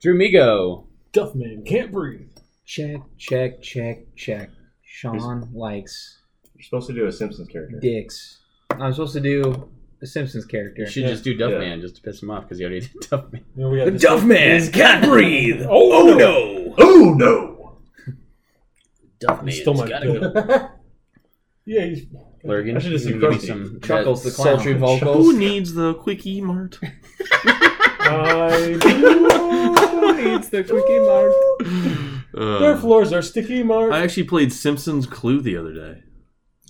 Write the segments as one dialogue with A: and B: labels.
A: Drew Migo.
B: Duffman can't breathe.
C: Check, check, check, check. Sean likes
D: You're supposed to do a Simpsons character.
C: dicks. I'm supposed to do a Simpsons character.
A: You should
B: Yeah.
A: just do Duff
D: Yeah.
A: Man just to piss him off because he already did Duff Man.
B: You know, we got this-
C: Duffman can't breathe.
B: Oh, no.
D: Oh no!
A: Duff
B: He
A: Man.
B: stole my
A: gotta go.
B: bit. yeah, he's
A: Lurgan.
D: I should just
A: you
D: do
A: gonna give me
D: Krusty.
A: some
C: Chuckles
A: that
C: the clown.
A: Sultry
E: Who
A: vocals.
E: needs the quickie mart?
B: I do.
C: it's the quickie mark.
B: Their
E: Uh,
B: floors are sticky
E: I
B: marks.
E: actually played Simpsons Clue the other day.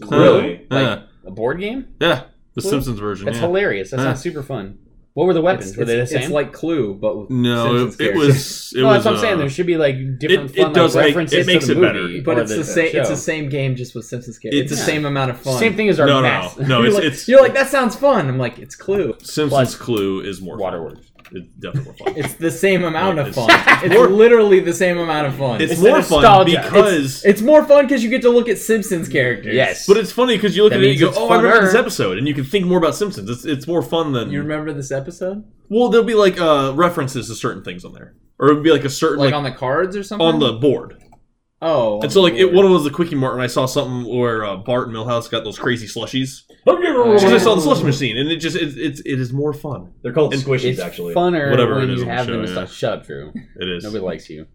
D: Really?
E: Uh, uh,
A: A board game?
E: yeah, the
A: Clue?
E: Simpsons version.
A: That's
E: yeah.
A: hilarious. That
E: Huh.
A: sounds super fun. What were the weapons?
C: It's,
A: were they the
C: it's,
A: same?
C: it's like Clue, but with
E: No,
C: Simpsons
E: it, it
C: characters.
E: was. It
A: no,
E: was.
A: that's what I'm
E: uh,
A: saying. There should be like different
E: it
A: fun like,
E: does make- it
A: references
E: makes
A: to
E: it
A: the
E: better.
A: movie.
C: But
A: or
C: it's the, same. It's the same game, just with Simpsons characters. It's,
E: It's-
C: the same amount of fun.
A: Same thing as our
E: No, no,
A: mask.
E: no,
C: You're
E: it's-
C: like,
E: it's-
C: you're like that sounds fun. I'm like, it's Clue.
E: Simpsons
A: Plus-
E: Clue is more fun. It's definitely more fun.
C: It's the same amount of
E: It's-
C: fun. It's literally the same amount of fun.
E: It's,
A: It's the
E: more fun
A: nostalgia.
E: because.
C: It's more fun because you get to look at Simpsons characters.
A: Yes.
E: but it's funny because you look
A: That
E: at it and you go,
A: means
E: "Oh,
A: it's
E: I remember this
A: funner.
E: episode," and you can think more about Simpsons. It's, it's more fun than
C: You remember this episode?
E: well, there'll be like uh, references to certain things on there, or it'd be like a certain
C: Like,
E: like,
C: on the cards or something?
E: on, the board.
C: oh.
E: And so like it, one of them was the quickie mart, and I saw something where uh, Bart and Milhouse got those crazy slushies because I saw the slush machine, and it just it's it's it is more fun.
D: They're called
E: And
D: squishies,
A: It's
D: actually.
A: funner
E: Whatever
A: when
E: it is
A: you
E: on the
A: have
E: show,
A: them and
E: yeah.
A: stuff. Shut up, Drew.
E: It is.
A: Nobody likes you.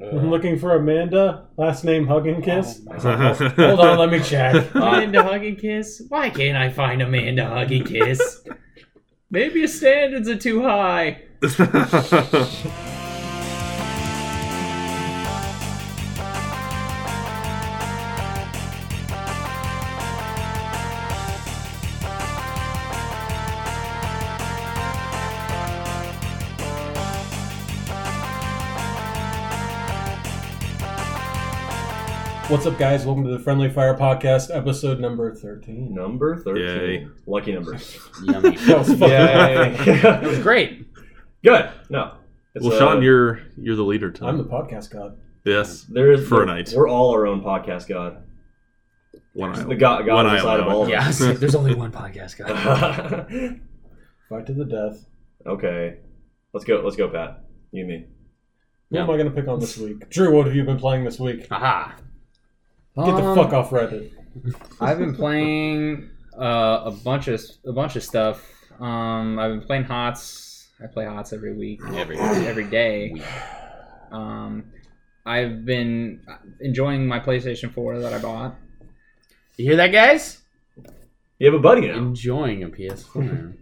B: I'm looking for Amanda. Last name Hug and Kiss.
D: Oh
B: Hold
E: Hold
B: on, let me check.
C: Amanda Hug and Kiss? Why can't I find Amanda Hug and Kiss? Maybe your standards are too high.
B: What's up, guys? Welcome to the Friendly Fire Podcast, episode number 13.
D: Number 13.
E: Yay.
D: Lucky numbers.
A: Yummy.
B: That was fucking
A: It was great.
D: Good. No. It's,
E: well,
D: uh,
E: Sean, you're you're the leader. Tonight.
B: I'm the podcast god.
E: yes,
D: There is
E: for a night.
D: We're all our own podcast god.
E: one eye.
D: The god, god
E: one
D: on the
E: eye
D: side of all
E: allowed.
D: of
A: Yeah, I was like, there's only one podcast, guy.
D: us.
B: Fight to the death.
D: okay. Let's go. Let's go, Pat. You and me.
B: Who
A: Yeah.
B: am I going to pick on this week? Drew, what have you been playing this week?
A: Aha.
B: Get the
C: Um,
B: fuck off Reddit.
C: I've been playing uh, a bunch of a bunch of stuff. Um, I've been playing Hots. I play Hots every week,
A: Every
C: every day.
A: week.
C: Um, I've been enjoying my PlayStation 4 that I bought.
A: You hear that, guys?
D: You have a buddy now.
A: Enjoying a PS4.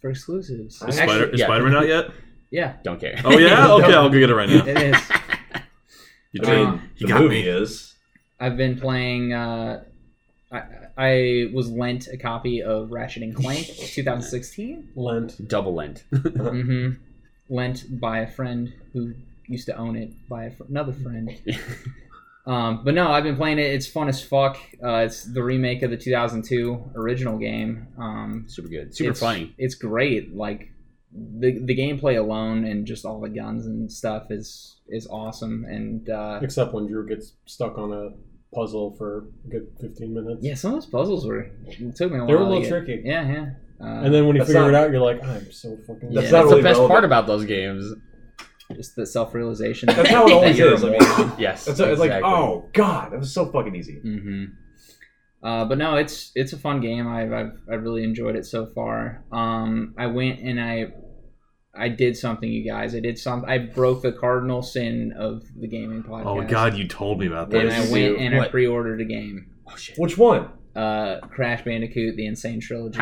C: For exclusives.
E: Is,
A: Actually,
E: Spider, is
A: yeah.
E: Spider-Man out yet?
C: Yeah,
A: Don't care.
E: Oh yeah. Okay, I'll go get it right now.
C: it is.
E: You
D: I mean, the
E: did. You got
D: movie
E: me.
D: is.
C: I've been playing. Uh, I, I was lent a copy of Ratchet and Clank 2016.
B: Lent.
A: Double lent.
B: Uh-huh.
C: hmm Lent by a friend who used to own it by a fr- another friend. Um, but no, I've been playing it. It's fun as fuck. Uh, it's the remake of the 2002 original game. Um,
A: Super good. Super
C: it's,
A: funny.
C: It's great. Like the the gameplay alone and just all the guns and stuff is is awesome. And uh,
B: Except when Drew gets stuck on a puzzle for a good 15 minutes.
C: yeah, some of those puzzles were it took me a
B: They were a
C: while
B: little
C: to get-
B: tricky.
C: Yeah, yeah. Uh,
B: And then when you
D: That's
B: figure it
D: not-
B: out, you're like, I'm so fucking.
C: Yeah. That's
D: That's not
A: That's
D: really
A: the best
D: relevant.
A: part about those games.
C: just the self realization.
D: That's how it always is. I mean,
A: Yes.
D: that's, it's like,
A: exactly.
D: oh god, that was so fucking easy.
A: Mm-hmm.
C: hmm Uh, but no, it's it's a fun game. I've I've, I've really enjoyed it so far. Um, I went and I I did something, you guys. I did some. I broke the cardinal sin of the gaming podcast.
E: Oh God, you told me about
C: And
A: What
E: this.
C: I
A: did
C: went
A: you do?
C: and I
A: What?
C: pre-ordered a game,
A: Oh, shit.
D: Which one?
C: uh, Crash Bandicoot: The Insane Trilogy.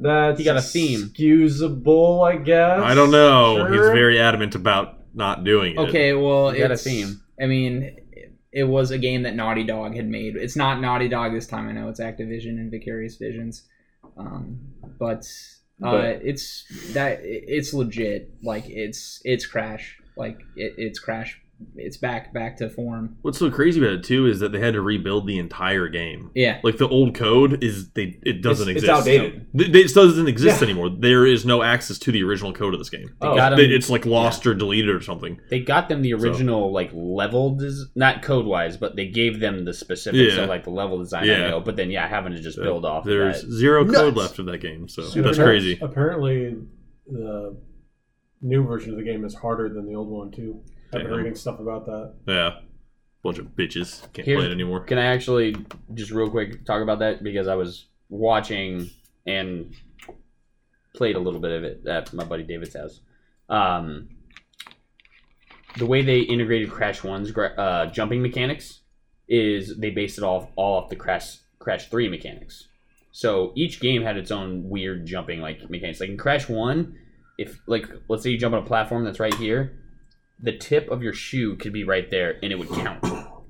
D: That's
A: He got a theme.
D: Excusable, I guess.
E: I don't know.
D: Sure.
E: He's very adamant about not doing it.
C: Okay, well,
A: You got a
C: it's-
A: theme.
C: I mean, it- it was a game that Naughty Dog had made. It's not Naughty Dog this time. I know it's Activision and Vicarious Visions, um, but, uh,
D: But-
C: it's that it- it's legit. Like it's it's Crash. Like it, it's Crash. It's back back to form.
E: What's so crazy about it too is that they had to rebuild the entire game.
C: Yeah.
E: Like the old code is they it doesn't
D: It's- It's
E: exist.
D: outdated.
E: Th- th- It doesn't exist
D: Yeah.
E: anymore. There is no access to the original code of this game.
A: They
D: Oh.
A: got
E: They-
A: him.
E: It's like lost or deleted or something.
A: they got them the original like level des- not code wise but they gave them the specifics
E: Yeah.
A: of like the level design
E: Yeah.
A: I know, but then yeah having to just build off of
E: There's
A: Oh, that.
E: zero code
A: Nuts.
E: left of that game, so
B: Super
E: that's
B: nuts.
E: crazy.
B: Apparently, the new version of the game is harder than the old one too. I've been
E: Damn.
B: reading stuff about that.
E: Yeah. Bunch of bitches. Can't
A: Here's-
E: play it anymore.
A: Can I actually just real quick talk about that because I was watching and played a little bit of it at my buddy David's house. Um, the way they integrated Crash One's gra- uh, jumping mechanics is they based it all all off the Crash Crash Three mechanics. So each game had its own weird jumping like mechanics. Like in Crash One, if like let's say you jump on a platform that's right here, the tip of your shoe could be right there and it would count.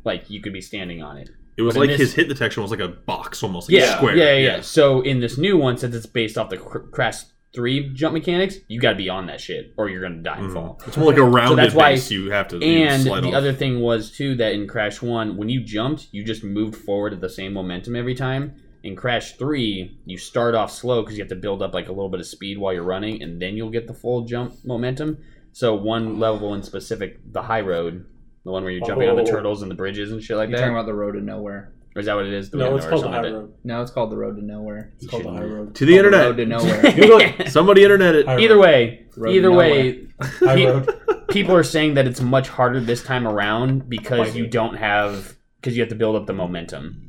A: Like you could be standing on it.
E: It was
A: But in
E: like
A: this-
E: his hit detection was like a box almost, like a square.
A: Yeah, yeah, yeah. So in this new one, since it's based off the Cr- Crash Three jump mechanics, you got to be on that shit or you're gonna die and
E: Mhm.
A: fall.
E: It's more like a rounded
A: that's why-
E: base you have to you
A: And
E: slide
A: the
E: off.
A: other thing was too that in Crash One, when you jumped, you just moved forward at the same momentum every time. In Crash Three, you start off slow because you have to build up like a little bit of speed while you're running, and then you'll get the full jump momentum. So one level in specific, the high road, the one where you're jumping on the
B: Oh.
A: turtles and the bridges and shit like
C: You're
A: that,
C: talking about the road to nowhere.
A: or is that what it is? The
B: No,
A: Window
B: it's
A: or
B: called the
A: something like
B: high
A: that.
B: road.
C: No, it's called the road to nowhere.
B: It's called the high road.
E: to the
C: Called
E: internet.
C: road to nowhere.
E: Google it. Somebody internet it.
B: High road.
A: Either way,
C: Road to
A: either way,
B: high
A: he-
B: road.
A: people are saying that it's much harder this time around because you don't have because you have to build up the momentum.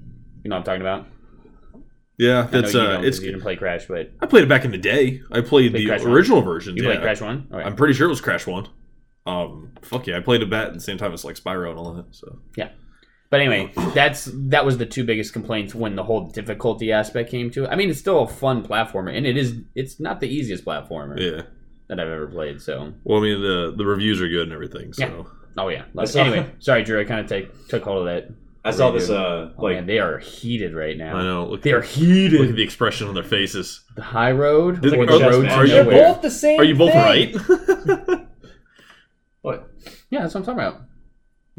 A: You know what I'm talking about?
E: Yeah,
A: I know
E: that's
A: you
E: uh,
A: don't,
E: it's.
A: 'cause you didn't play Crash, but
E: I played it back in the day. I played
A: Played
E: the
A: Crash one?
E: original version.
A: you
E: yeah.
A: played Crash One. All right.
E: I'm pretty sure it was Crash One. Um, fuck yeah, I played it back at the same time as like Spyro and all that. So
A: But anyway, that's that was the two biggest complaints when the whole difficulty aspect came to it. I mean, it's still a fun platformer, and it is it's not the easiest platformer
E: yeah.
A: that I've ever played. So,
E: Well, I mean the the reviews are good and everything. So
A: Yeah. oh yeah. Love
D: I
A: it.
D: saw-
A: Anyway, sorry, Drew. I kind of take took hold of that.
D: I saw this uh
A: Oh,
D: like
A: man, they are heated right now.
E: I know. Look,
A: They are
E: look at
A: heated.
E: the expression on their faces.
A: The high road
E: Did-
A: or the
E: are-
A: road to
D: are you
A: nowhere.
E: both
C: the same.
E: Are you both
C: thing.
E: right?
D: what?
A: Yeah, that's what I'm talking about.
B: The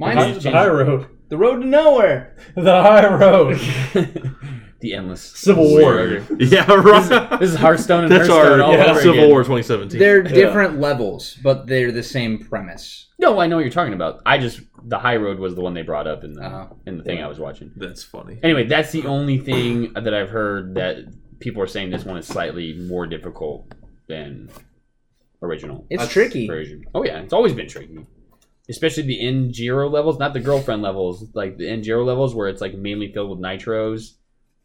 C: Mine
B: high,
C: is
B: the high road.
C: the road to nowhere.
B: The high road.
A: the endless.
B: Civil War.
A: Weird.
E: yeah, right.
A: This is Hearthstone and
E: That's
A: Hearthstone
E: our
A: all
E: yeah,
A: over
E: Civil
A: again.
E: War 2017.
C: They're different levels, but they're the same premise.
A: No, I know what you're talking about. I just the high road was the one they brought up in the
C: Oh.
A: in the thing I was watching.
E: That's funny.
A: Anyway, that's the only thing that I've heard that people are saying this one is slightly more difficult than original
C: It's
D: That's
C: tricky.
A: version. Oh yeah, it's always been tricky. Especially the N Giro levels, not the girlfriend levels, like the N Giro levels where it's like mainly filled with nitros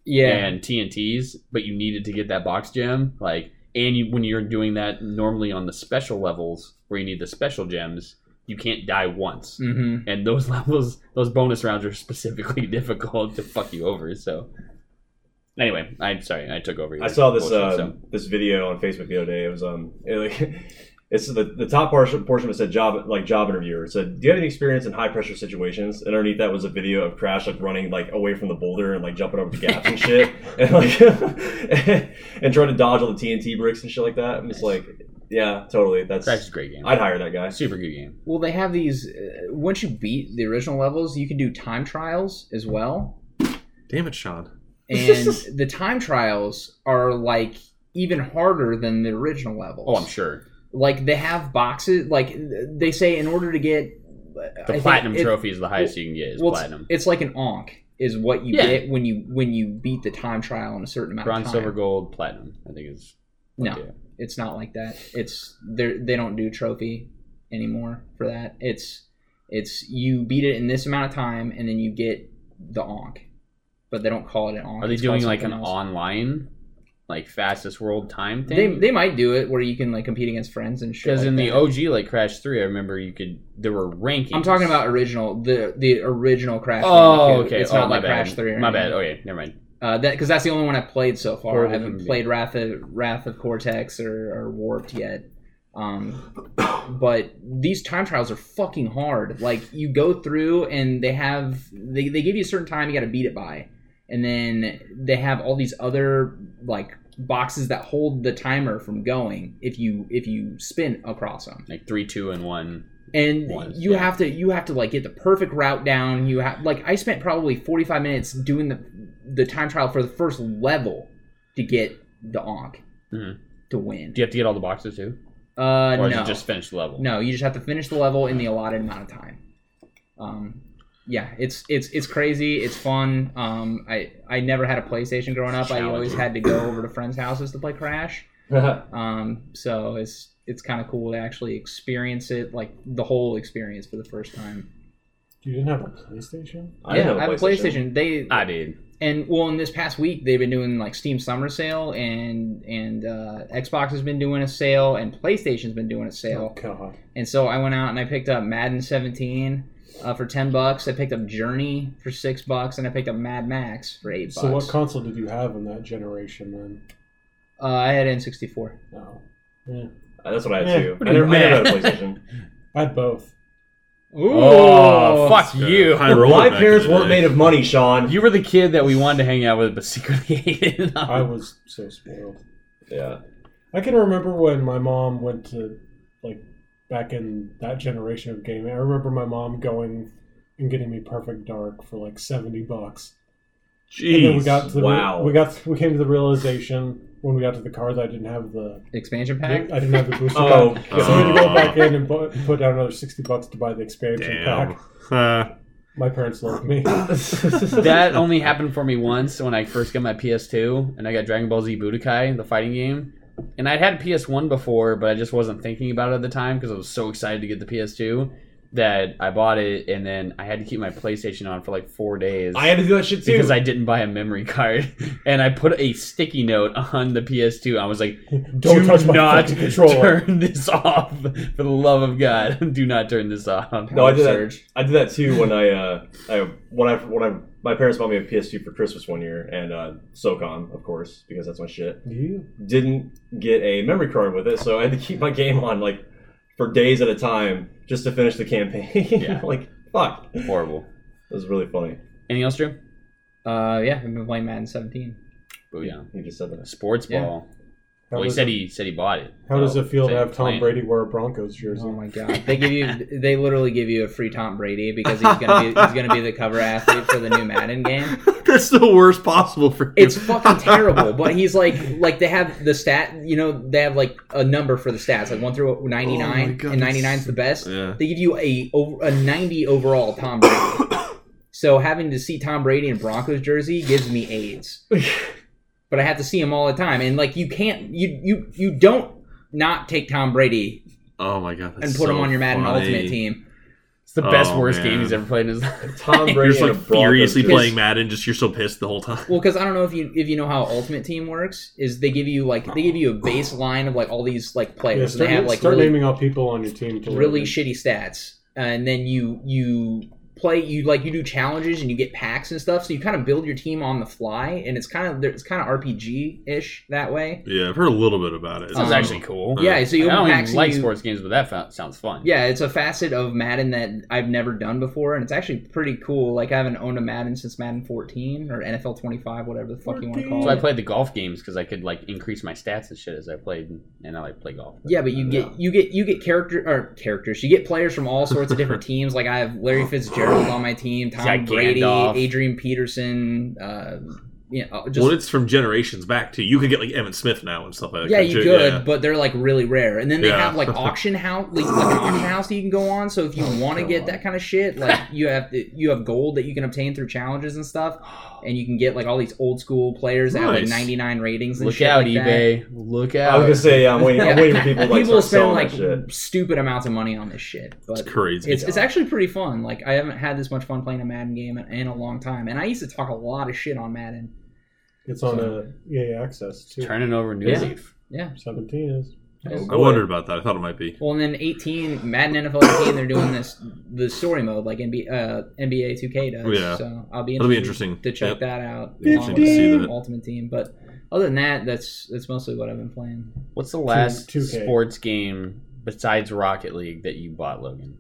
C: Yeah.
A: and TNTs, but you needed to get that box gem. Like, and you, when you're doing that normally on the special levels where you need the special gems, you can't die once.
C: Mm-hmm.
A: And those levels, those bonus rounds are specifically difficult to fuck you over. So, anyway, I'm sorry, I took over.
D: I
A: your
D: saw this
A: bullshit,
D: uh,
A: so.
D: this video on Facebook the other day. It was um, it, like, it's the the top portion portion of it said job like job interviewer. It said, "Do you have any experience in high pressure situations?" And underneath that was a video of Crash like running like away from the boulder and like jumping over the gaps and shit, and like and trying to dodge all the TNT bricks and shit like that. I'm just like, yeah, totally. That's
A: Crash is a great game.
D: I'd hire that guy.
A: Super good game.
C: Well, they have these. Uh, once you beat the original levels, you can do time trials as well.
E: Damn it, Sean.
C: And the time trials are like even harder than the original levels.
A: Oh, I'm sure
C: Like they have boxes. Like they say, in order to get I
A: the
C: think
A: platinum
C: it-
A: trophy is the highest you can get. Is
C: well, it's-
A: platinum,
C: It's, like an onk is what you
A: Yeah.
C: get when you when you beat the time trial in a certain amount
A: bronze,
C: of time.
A: silver, gold, platinum. I think is
C: No,
A: Yeah.
C: it's not like that. It's they they don't do trophy anymore for that. It's it's you beat it in this amount of time and then you get the onk, but they don't call it an onk.
A: Are they
C: It's called
A: doing like an
C: something else.
A: online, like fastest world time
C: They,
A: thing?
C: they might do it where you can like compete against friends and shit.
A: because
C: like
A: in the
C: that.
A: OG like Crash Three, I remember you could there were rankings.
C: I'm talking about original the the original Crash.
A: Oh,
C: Bandicoot.
A: okay.
C: It's
A: oh,
C: not
A: my
C: like
A: bad.
C: Crash Three. Or
A: my
C: anything.
A: bad. Okay, never mind.
C: Uh, that because that's the only one I've played so far.
A: Horrible
C: I haven't
A: movie.
C: played Wrath of Wrath of Cortex or, or Warped yet. Um, but these time trials are fucking hard. Like you go through and they have they, they give you a certain time you got to beat it by, and then they have all these other like boxes that hold the timer from going if you if you spin across them
A: Like three, two, and one.
C: and
A: Once,
C: you
A: yeah.
C: have to you have to like get the perfect route down you have like i spent probably 45 minutes doing the the time trial for the first level to get the onk
A: Mhm.
C: to win
A: Do you have to get all the boxes too,
C: uh
A: or is
C: no
A: it just finished level?
C: no you just have to finish the level in the allotted amount of time um yeah it's it's it's crazy it's fun um i i never had a playstation growing up i always had to go over to friends houses to play crash um so it's it's kind of cool to actually experience it, like the whole experience for the first time.
B: You didn't have a PlayStation?
D: I
C: yeah,
D: didn't
C: I have a PlayStation. They
A: I did.
C: and well, in this past week they've been doing like Steam Summer Sale, and and uh, Xbox has been doing a sale, and PlayStation's been doing a
B: Oh,
C: sale.
B: God.
C: And so I went out and I picked up Madden 17 uh, for 10 bucks. I picked up Journey for 6 bucks and I picked up Mad Max for 8 bucks.
B: So, what console did you have in that generation then?
C: uh, I had N64.
B: No.
D: Uh, That's what I had
B: Yeah.
D: too.
A: What
D: I
A: a
D: never, I never had a
A: man.
D: PlayStation.
B: I had both.
C: Ooh.
A: Oh, fuck you.
E: High roller
D: My
E: Uh, back
D: parents
E: in the
D: weren't
E: day.
D: made of money, Sean.
A: You were the kid that we wanted to hang out with, but secretly hated.
B: I was so spoiled.
D: yeah.
B: I can remember when my mom went to, like, back in that generation of gaming. I remember my mom going and getting me Perfect Dark for like 70 bucks.
E: Jeez.
B: And then we got to the,
D: wow.
B: we got we came to the realization when we got to the car that I didn't have the
C: Expansion
B: I
C: pack?
B: didn't have the booster
D: Oh,
B: pack. So we had to go
E: God.
B: back in and bu- put down another sixty bucks to buy the expansion
E: Damn.
B: pack.
E: Huh.
B: My parents love me.
A: that only happened for me once when I first got my PS2 and I got Dragon Ball Z Budokai, the fighting game. And I'd had a PS1 before, but I just wasn't thinking about it at the time because I was so excited to get the PS2 that I bought it and then I had to keep my PlayStation on for like four days.
D: I had to do that shit too.
A: because I didn't buy a memory card, and I put a sticky note on the PS2. I was like,
B: Don't
A: "Do
B: touch my
A: not
B: fucking controller."
A: turn this off, for the love of God, do not turn this off."
D: No, I did that.
C: Surge.
D: I did that too when I, uh, I when I when I my parents bought me a PS2 for Christmas one year, and uh, SOCOM, of course, because that's my shit.
B: you
D: Didn't get a memory card with it, so I had to keep my game on like for days at a time just to finish the campaign.
A: Yeah.
D: like fuck, it
A: Horrible.
D: was really funny.
A: Anything else, Drew?
C: Uh, yeah, I've been playing Madden 17.
A: Booyah.
D: You just said that.
A: Sports
C: Yeah.
A: ball.
B: how
A: Well, he
B: does
A: said
B: it,
A: he said he bought it.
B: how does
A: Oh,
B: it feel to
A: said
B: have Tom
A: playing.
B: Brady wear a Broncos jersey?
C: Oh my god. They give you they literally give you a free Tom Brady because he's going to be he's going to be the cover athlete for the new Madden game.
E: That's the worst possible for you.
C: It's fucking terrible, but he's like like they have the stat, you know, they have like a number for the stats, like 1 through 99
E: Oh my God,
C: and
E: that's
C: 99 is the best.
E: Yeah.
C: They give you a over- a 90 overall Tom Brady. so having to see Tom Brady in a Broncos jersey gives me AIDS. but I have to see him all the time, and like you can't you you you don't not take Tom Brady
E: Oh my god.
C: and
E: that's
C: put him
E: so
C: on your Madden
E: funny.
C: Ultimate team.
A: It's the best
E: Oh,
A: worst
E: man.
A: game he's ever played in his life.
D: Tom
E: You're
D: Brady
E: just
D: in a
E: like
D: Broncos
E: furiously
D: jersey.
E: playing Madden. Just you're so pissed the whole time.
C: Well, because I don't know if you if you know how Ultimate Team works, is they give you like they give you a baseline of like all these like
B: Yeah,
C: players.
B: start
C: they have like
B: start
C: really
B: naming all people on your team. To
C: really
B: learn.
C: shitty stats and then you you play you like you do challenges and you get packs and stuff so you kind of build your team on the fly and it's kind of it's kind of rpg-ish that way
E: Yeah, I've heard a little bit about it.
A: Sounds
C: Um,
A: actually cool.
C: yeah so you
A: I
C: open
A: don't even
C: packs and
A: like
C: you-
A: sports games, but that fa- sounds fun.
C: yeah it's a facet of madden that i've never done before and it's actually pretty cool like i haven't owned a madden since madden 14 or nfl 25 whatever the fuck you want
A: So
B: 14.
C: to call
A: I
C: it
A: played the golf games because I could like increase my stats and shit as I played, and I like play golf.
C: yeah, but you get you get you get character or characters. You get players from all sorts of different teams. Like I have Larry Fitzgerald on my team, Tom
A: got
C: Brady,
A: Gandalf.
C: Adrian Peterson. Uh, you know, just
E: well, it's from generations back too. You could get like Evan Smith now and stuff like that.
C: yeah,
E: couldn't
C: you could,
E: Yeah.
C: but they're like really rare. And then they
E: Yeah.
C: have like auction house, like, like an auction house that you can go on. So
D: Oh
C: if you want to get that kind of shit, like you have you have gold that you can obtain through challenges and stuff, and you can get like all these old school players that have like
E: Nice.
C: 99 ratings and
A: Look
C: shit
A: out,
C: like that.
A: eBay! Look
D: I was
A: out!
D: gonna say yeah. I'm waiting. I'm waiting for people to like
C: people
D: start
C: spend
D: selling
C: like
D: that shit.
C: stupid amounts of money on this shit, but
E: It's crazy.
C: it's, it's actually pretty fun. Like I haven't had this much fun playing a Madden game in, in a long time, and I used to talk a lot of shit on Madden.
B: It's on E a EA Access too.
A: Turning over new
C: Yeah.
A: leaf.
C: Yeah.
B: Seventeen is.
D: Oh,
E: I wondered about that. I thought it might be.
C: Well, and then 18 Madden NFL 18, they're doing this the story mode like NBA uh, NBA 2K does.
E: Oh, Yeah.
C: So I'll be
E: That'll be
C: interested
E: interesting.
C: to check
E: Yep.
C: that out.
E: Be
C: along
E: interesting to
C: with
E: see that.
C: Ultimate Team, but other than that, that's that's mostly what I've been playing.
A: What's the last
B: 2K.
A: sports game besides Rocket League that you bought, Logan?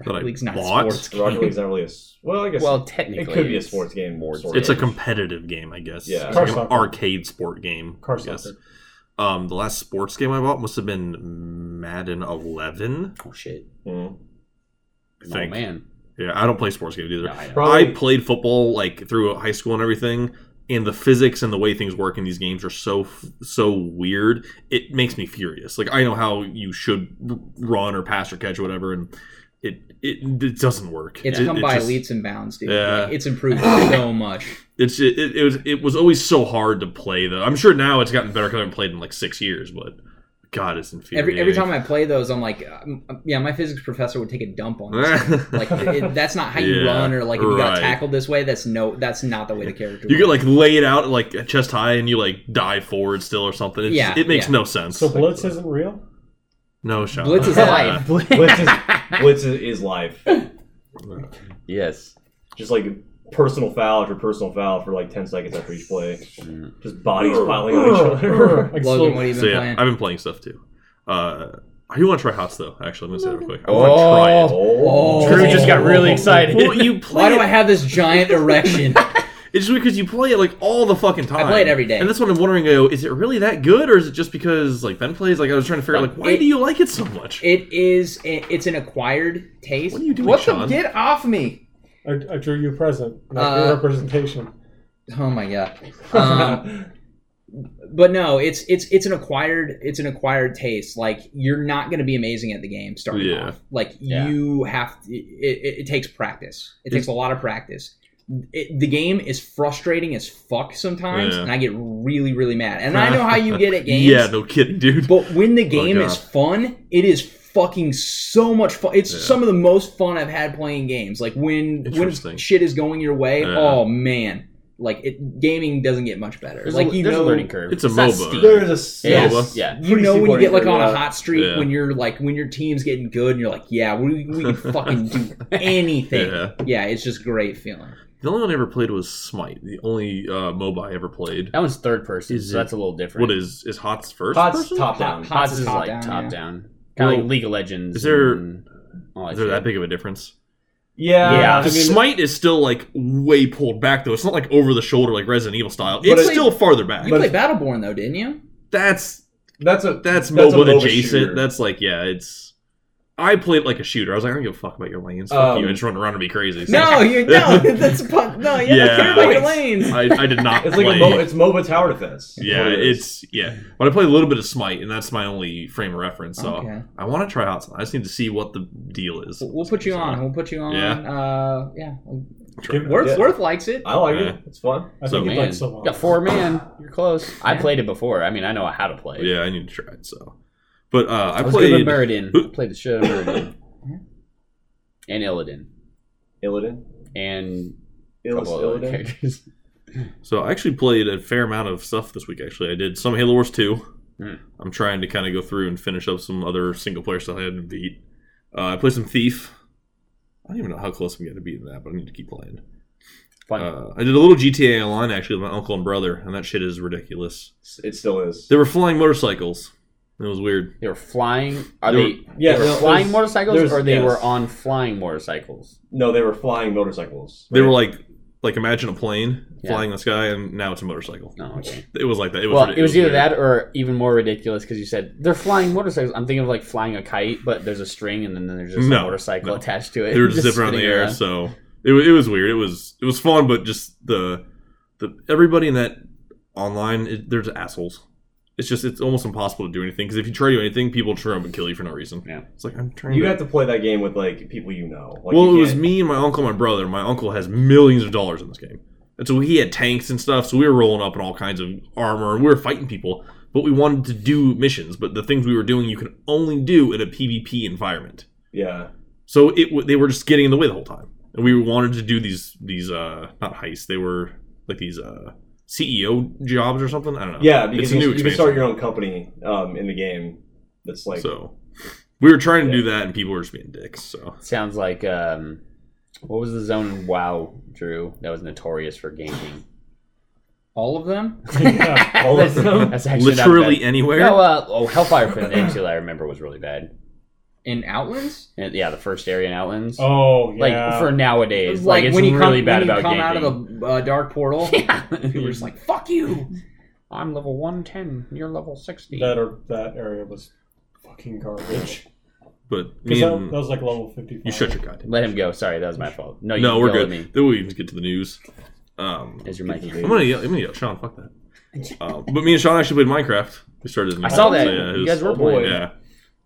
E: That I
C: League's not
E: bought?
C: sports.
D: Rocket League's not really a. s- Well, I guess
A: Well, technically,
D: it could be a
A: it's-
D: sports game.
A: Board
D: sort
E: It's a
D: of.
E: competitive game, I guess.
D: Yeah.
E: It's
B: Car
E: like an
B: soccer.
E: arcade sport game.
B: Car
E: I guess.
B: soccer.
E: Um, the last sports game I bought must have been Madden 11.
A: Oh shit!
D: Mhm.
E: I think.
A: Oh man!
E: Yeah, I don't play sports games either.
A: No, I know.
D: Probably-
E: I played football like through high school and everything, and the physics and the way things work in these games are so f- so weird. It makes me furious. Like I know how you should r- run or pass or catch or whatever, and it it, it doesn't work.
C: It's
E: It-
C: come
E: it
C: by
E: just-
C: leaps and bounds, dude.
E: Yeah.
C: Like, it's improved so much.
E: It's it, it, was it was always so hard to play though. I'm sure now it's gotten better because I haven't played in like six years, but God, it's infuriating.
C: Every every time I play those, I'm like, uh, m- yeah, my physics professor would take a dump on this. like it, that's not how you
E: Yeah,
C: run, or like if you got
E: right.
C: tackled this way, that's no, that's not the way the character.
E: you
C: runs.
E: get like laid out like chest high, and you like dive forward still or something. It's,
C: Yeah,
E: it makes
C: yeah.
E: no sense.
B: So Blitz isn't real.
E: no shot.
C: Blitz is life.
D: Blitz is Blitz is, is life.
A: Yes.
D: Just like personal foul after personal foul for like ten seconds after each play.
A: Mhm.
D: Just bodies piling on each other.
B: Like,
C: Logan,
B: so-
C: what have you been
E: So yeah,
C: playing?
E: I've been playing stuff too. Uh, I do want to try Hots though. Actually, I'm gonna say that real quick. I want to try it.
A: Oh,
D: Oh.
A: Drew just got really excited.
E: Well, you play
C: Why do
E: it-
C: I have this giant erection?
E: It's just because you play it like all the fucking time.
C: play it every day.
E: and that's what I'm wondering. I Go, is it really that good, or is it just because like Ben plays? Like I was trying to figure out, like, why
C: It-
E: do you like it so much?
C: It is. It, it's an acquired taste.
E: What are you doing,
C: What
E: Sean?
C: the? Get off me!
B: I, I drew you a present, not
C: Uh,
B: your representation.
C: Oh my god. Um, but no, it's it's it's an acquired it's an acquired taste. Like you're not going to be amazing at the game starting
E: Yeah.
C: off. Like
A: Yeah.
C: you have to, it, it, it takes practice. It takes
E: It's-
C: a lot of practice. It, the game is frustrating as fuck sometimes,
E: Yeah.
C: and I get really really mad. And I know how you get at games.
E: Yeah, no kidding, dude.
C: But when the game
E: God.
C: is fun, it is fucking so much fun. It's
E: Yeah.
C: some of the most fun I've had playing games. Like when
E: Interesting.
C: when shit is going your way,
E: Yeah.
C: oh man. Like it, gaming doesn't get much better.
A: There's
C: like
A: a,
C: you
A: there's
C: know
A: a learning curve.
E: it's a
A: not
E: MOBA,
A: steep.
E: right?
D: There's a s-
A: Yeah.
E: MOBA.
A: Yeah.
C: you know when you get like on a hot streak
E: Yeah.
C: when you're like when your team's getting good and you're like, yeah, we, we can fucking do anything. Yeah.
E: Yeah.
C: it's just great feeling.
E: The only one I ever played was Smite. The only uh, MOBA I ever played.
A: That one's third person,
E: Is
A: so
E: it-
A: that's a little different.
E: What is is Hots first?
D: Hot's
E: person?
D: top down.
C: Hot-
A: Hots
C: Hots
A: is,
C: is top
A: like
C: down,
A: top
C: yeah.
A: down, kind of
E: Well,
A: like League of Legends.
E: is there-
A: and all
E: Is there that
A: shit.
E: big of a difference?
D: Yeah,
A: Yeah.
D: I mean,
E: Smite is still like way pulled back though. It's not like over the shoulder like Resident Evil style.
D: But it-
E: It's still farther back.
C: You
D: But
C: played Battleborn though, didn't you?
E: that's
D: that's a That's
E: that's,
D: a
E: MOBA
D: MOBA
E: adjacent.
D: shooter.
E: That's like yeah, it's. I played like a shooter. I was like, I don't give a fuck about your lanes. Fuck
D: Um,
E: you. I just run around and be crazy. So
C: No, you no. That's a pun. No, you don't
E: Yeah.
C: care about your
D: Points.
C: lanes.
E: I, I did not
D: it's
E: play.
D: like a Mo- it's MOBA tower defense. That's
E: yeah,
D: what it is.
E: it's yeah. But I played a little bit of Smite, and that's my only frame of reference. So
C: Okay.
E: I want to try out. Some. I just need to see what the deal is.
C: We'll we'll put you on. We'll put you on.
E: Yeah.
C: Uh, yeah.
E: Try it out.
C: Worth
D: Yeah.
C: Worth likes it.
D: I like
E: Yeah.
D: it. It's fun.
B: I
E: So,
B: think you'd like
C: man.
B: Solana.
A: Yeah, four man. You're close. I
C: Yeah.
A: played it before. I mean, I know how to play. it.
E: Yeah, I need to try it. So, but uh, I
A: I was good
E: played.
A: with Muradin.
E: Who-
A: I played the shit out of Muradin. and Illidan.
D: Illidan.
A: And a
D: Illus
A: couple of other
D: Illidan.
A: characters.
E: So I actually played a fair amount of stuff this week. Actually, I did some Halo Wars two.
A: Hmm.
E: I'm trying to kind of go through and finish up some other single player stuff I hadn't beat. Uh, I played some Thief. I don't even know how close I'm getting to beating that, but I need to keep playing.
A: Fun.
E: Uh, I did a little GTA Online actually with my uncle and brother, and that shit is ridiculous.
D: It still is.
E: They were flying motorcycles. It was weird.
A: they were flying. Are
E: They
A: they?
E: were-
D: Yeah,
A: they were
D: no,
A: flying
D: there's-
A: motorcycles,
D: there's-
A: or they
D: yes.
A: were on flying motorcycles.
D: No, they were flying motorcycles.
E: They
D: right?
E: were like, like imagine a plane
A: Yeah.
E: flying in the sky, and now it's a motorcycle.
A: No, okay.
E: It was like that. It was
A: well,
E: rid-
A: it was, either
E: weird.
A: that or even more ridiculous because you said they're flying motorcycles. I'm thinking of like flying a kite, but there's a string and then there's just
E: No,
A: a motorcycle
E: no.
A: attached to it.
E: they were just, zipping around the
A: spinning
E: air.
A: around.
E: So it, wa- it was weird. It was it was fun, but just the the everybody in that online it, they're just assholes. It's just it's almost impossible to do anything because if you try to do anything, people turn up and kill you for no reason.
A: Yeah.
E: it's like I'm trying.
D: You
E: to,
D: have to play that game with like people you know. Like,
E: well,
D: you
E: it was
D: can't-
E: me and my uncle, and my brother. My uncle has millions of dollars in this game, and so he had tanks and stuff. So we were rolling up in all kinds of armor, and we were fighting people. But we wanted to do missions, but the things we were doing, you can only do in a PvP environment.
D: Yeah,
E: So it w- they were just getting in the way the whole time, and we wanted to do these these uh not heists. They were like these uh CEO jobs or something. I don't know.
D: yeah. Because
E: it's a new
D: you, you can
E: expansion.
D: start your own company um, in the game. That's like
E: so we were trying to
D: Yeah.
E: do that, and people were just being dicks. So
A: Sounds like um, what was the zone in WoW, Drew? That was notorious for ganking.
C: All of them.
B: Yeah.
D: all of them.
A: That's actually not
E: literally
A: bad.
E: anywhere.
A: No, uh, oh, Hellfire Peninsula, I remember was really bad.
C: in Outlands.
A: And, yeah, the first area in Outlands.
B: Oh
A: like
B: yeah.
A: for nowadays, like, it's
C: when you
A: really
C: come,
A: bad
C: when you
A: about
C: come
A: ganking.
C: out of the uh, dark portal, you were
A: You're
C: just like fuck you.
A: I'm level one ten. You're level sixty.
B: that or that area was fucking garbage.
E: but
B: Because
E: me
B: that,
E: and,
B: that was like level fifty.
E: you shut your goddamn.
A: Let him go. Sorry, that was my fault. No, you
E: No,
A: can
E: we're
A: go with
E: good.
A: Me.
E: Then we even get to the news. Um,
A: Is your mic?
E: I'm gonna yell, I'm gonna yell, Sean. Fuck that. Um, but me and Sean actually played Minecraft. We started. in
A: I saw
E: Minecraft,
A: that.
E: so yeah, it
A: you
E: was-
A: guys were
D: oh, boy.
A: playing.
E: Yeah,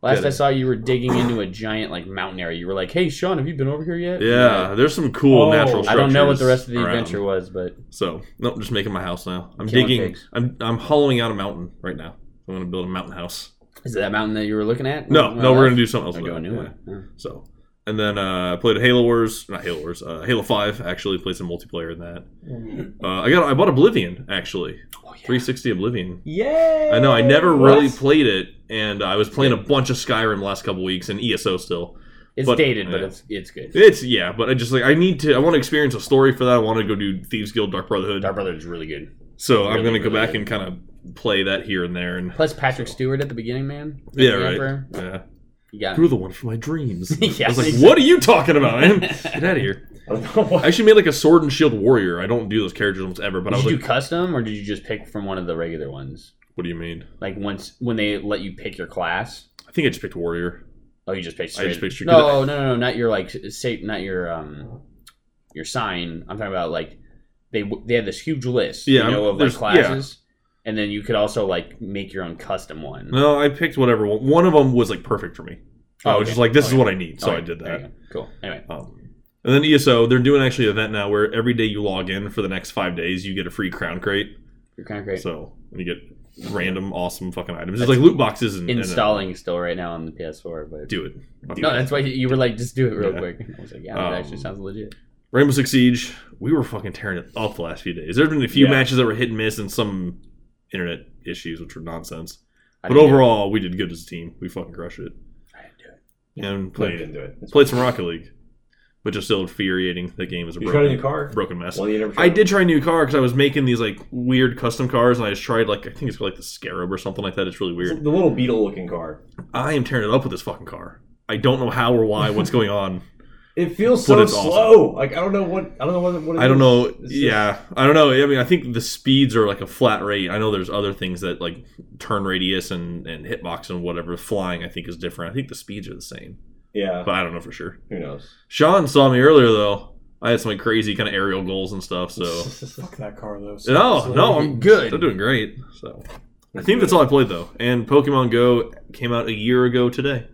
A: Last
E: Yeah.
A: I saw, you were digging into a giant like mountain area. You were like, "Hey, Sean, have you been over here yet?"
E: yeah. There's some cool
B: Oh.
E: natural.
A: I don't know what the
E: structures
A: rest of the
E: around.
A: adventure was, but
E: So nope, I'm just making my house now. I'm
A: Killing
E: digging.
A: pigs.
E: I'm I'm hollowing out a mountain right now. I'm gonna build a mountain house.
A: Is it that mountain that you were looking at?
E: No, no, we're gonna do something else.
A: I'll
E: with
A: Oh, go a
E: that.
A: new
E: Yeah.
A: one. Yeah.
E: So, and then uh, I played Halo Wars, not Halo Wars, uh, Halo Five. Actually, played some multiplayer in that.
B: Mm.
E: Uh, I got, I bought Oblivion actually,
A: Oh, yeah.
E: 360 Oblivion.
C: Yay!
E: I know I never
A: What?
E: really played it, and I was playing a bunch of Skyrim last couple weeks and ESO still.
A: It's
E: But-
A: dated, but
E: yeah.
A: it's it's good.
E: It's yeah, but I just like I need to. I want to experience a story for that. I want to go do Thieves Guild, Dark Brotherhood.
A: Dark Brother is really good.
E: so I'm
A: really,
E: gonna go
A: really
E: back
A: good.
E: and kind of play that here and there, and
A: Plus Patrick Stewart at the beginning, man.
E: Yeah,
A: The
E: right.
A: Emperor.
E: yeah,
A: You got
E: you're the one from my dreams.
A: Yeah,
E: I was like,
A: exactly.
E: what are you talking about, man? Get out of here.
D: I don't know
E: I
D: why.
E: actually made like a sword and shield warrior. I don't do those characters almost ever, but I
A: did
E: was
A: you
E: like,
A: do custom or did you just pick from one of the regular ones?
E: what do you mean?
A: Like once when they let you pick your class.
E: I think I just picked warrior.
A: Oh, you just picked.
E: I
A: Straight.
E: just picked straight-
A: No, no, no, no, not your like safe, not your um, your sign. I'm talking about like they w- they had this huge list,
E: Yeah,
A: you know, of like
E: there's- yeah.
A: classes, and then you could also like make your own custom one. Oh,
E: No, I picked whatever one. One of them was like perfect for me. I was
A: okay.
E: just like, this is
A: Okay.
E: what I need, so
A: Okay,
E: I did
A: there you
E: that.
A: go. Cool. Anyway,
E: Um, and then ESO, they're doing actually an event now where every day you log in for the next five days, you get a free crown crate.
A: you're kind of great.
E: So and you get random awesome fucking items. It's like loot boxes and and, uh,
A: Installing still right now on the PS4, but
E: do it. Fuck
A: no,
E: it.
A: that's why you you were like, just do it real
E: Yeah.
A: quick. I was like, yeah,
E: Um,
A: that actually sounds legit.
E: Rainbow Six Siege. We were fucking tearing it up the last few days. There's been a few
D: Yeah.
E: matches that were hit and miss and some internet issues, which were nonsense.
A: I
E: But
A: didn't do it.
E: overall, we did good as a team. We fucking crushed it.
A: I didn't do it.
E: And
D: No, you didn't
E: played
D: do it. It's
E: played some Rocket League, which is still infuriating. The game is a
D: You tried a new
E: broken,
D: car.
E: broken mess.
D: One you never
E: I
D: tried.
E: did try a new car because I was making these like weird custom cars, and I just tried like I think it's like the Scarab or something like that. It's really
D: It's
E: weird.
D: The little beetle looking car.
E: I am tearing it up with this fucking car. I don't know how or why. What's going on?
D: It feels
E: But
D: so
E: it's awesome.
D: slow. Like I don't know what I don't know what, what it
E: I don't
D: is.
E: know.
D: It's just-
E: Yeah, I don't know. I mean, I think the speeds are like a flat rate. I know there's other things that like turn radius and and hitbox and whatever flying. I think is different. I think the speeds are the same,
D: Yeah.
E: but I don't know for sure.
D: Who knows?
E: Sean saw me earlier though. I had some like crazy kind of aerial goals and stuff. So
B: Fuck that car though. So-
E: no,
B: so-
E: no, I'm
A: Good.
E: I'm doing great. So I think that's all I played though. And Pokemon Go came out a year ago today,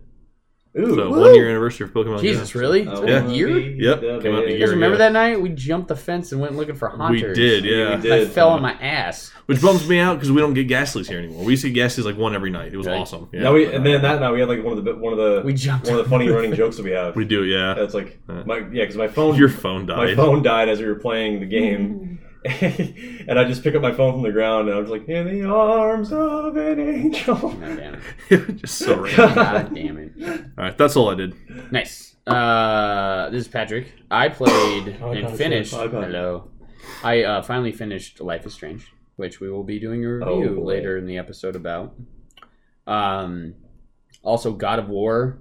D: Ooh,
E: so
A: Woo!
E: one year anniversary of Pokemon.
A: Jesus,
E: Go.
A: really? It's
D: I
A: been
E: Yeah.
A: a
D: wanna
A: year.
D: be
E: Yep,
D: Uh, the
E: came out a
D: big-
A: You guys
E: year
A: remember
E: ago.
A: that night we jumped the fence and went looking for
E: We
A: haunters?
E: did, yeah.
D: We did.
A: I fell on my ass.
E: Which bums me out because we don't get Gasleys here anymore. We used to get Gasleys like one every night. It was
A: Right.
E: awesome. Yeah,
D: Now we and then that night we had like one of the one of the
A: We jumped.
D: one of the funny running jokes that we have.
E: we do. Yeah,
D: That's like
E: Yeah.
D: my yeah, because my phone
E: your phone died.
D: my phone died as we were playing the game, and I just pick up my phone from the ground and I was like, "In the arms of an angel."
A: God damn it.
E: It was just so random.
A: God damn it.
E: All right, that's all I did.
A: Nice. Uh, this is Patrick. I played
B: Oh,
A: and
B: God,
A: finished.
D: sorry. Oh, God.
A: Hello. I uh, finally finished Life is Strange, which we will be doing a
D: Oh,
A: review
D: boy.
A: later in the episode about. Um, also, God of War.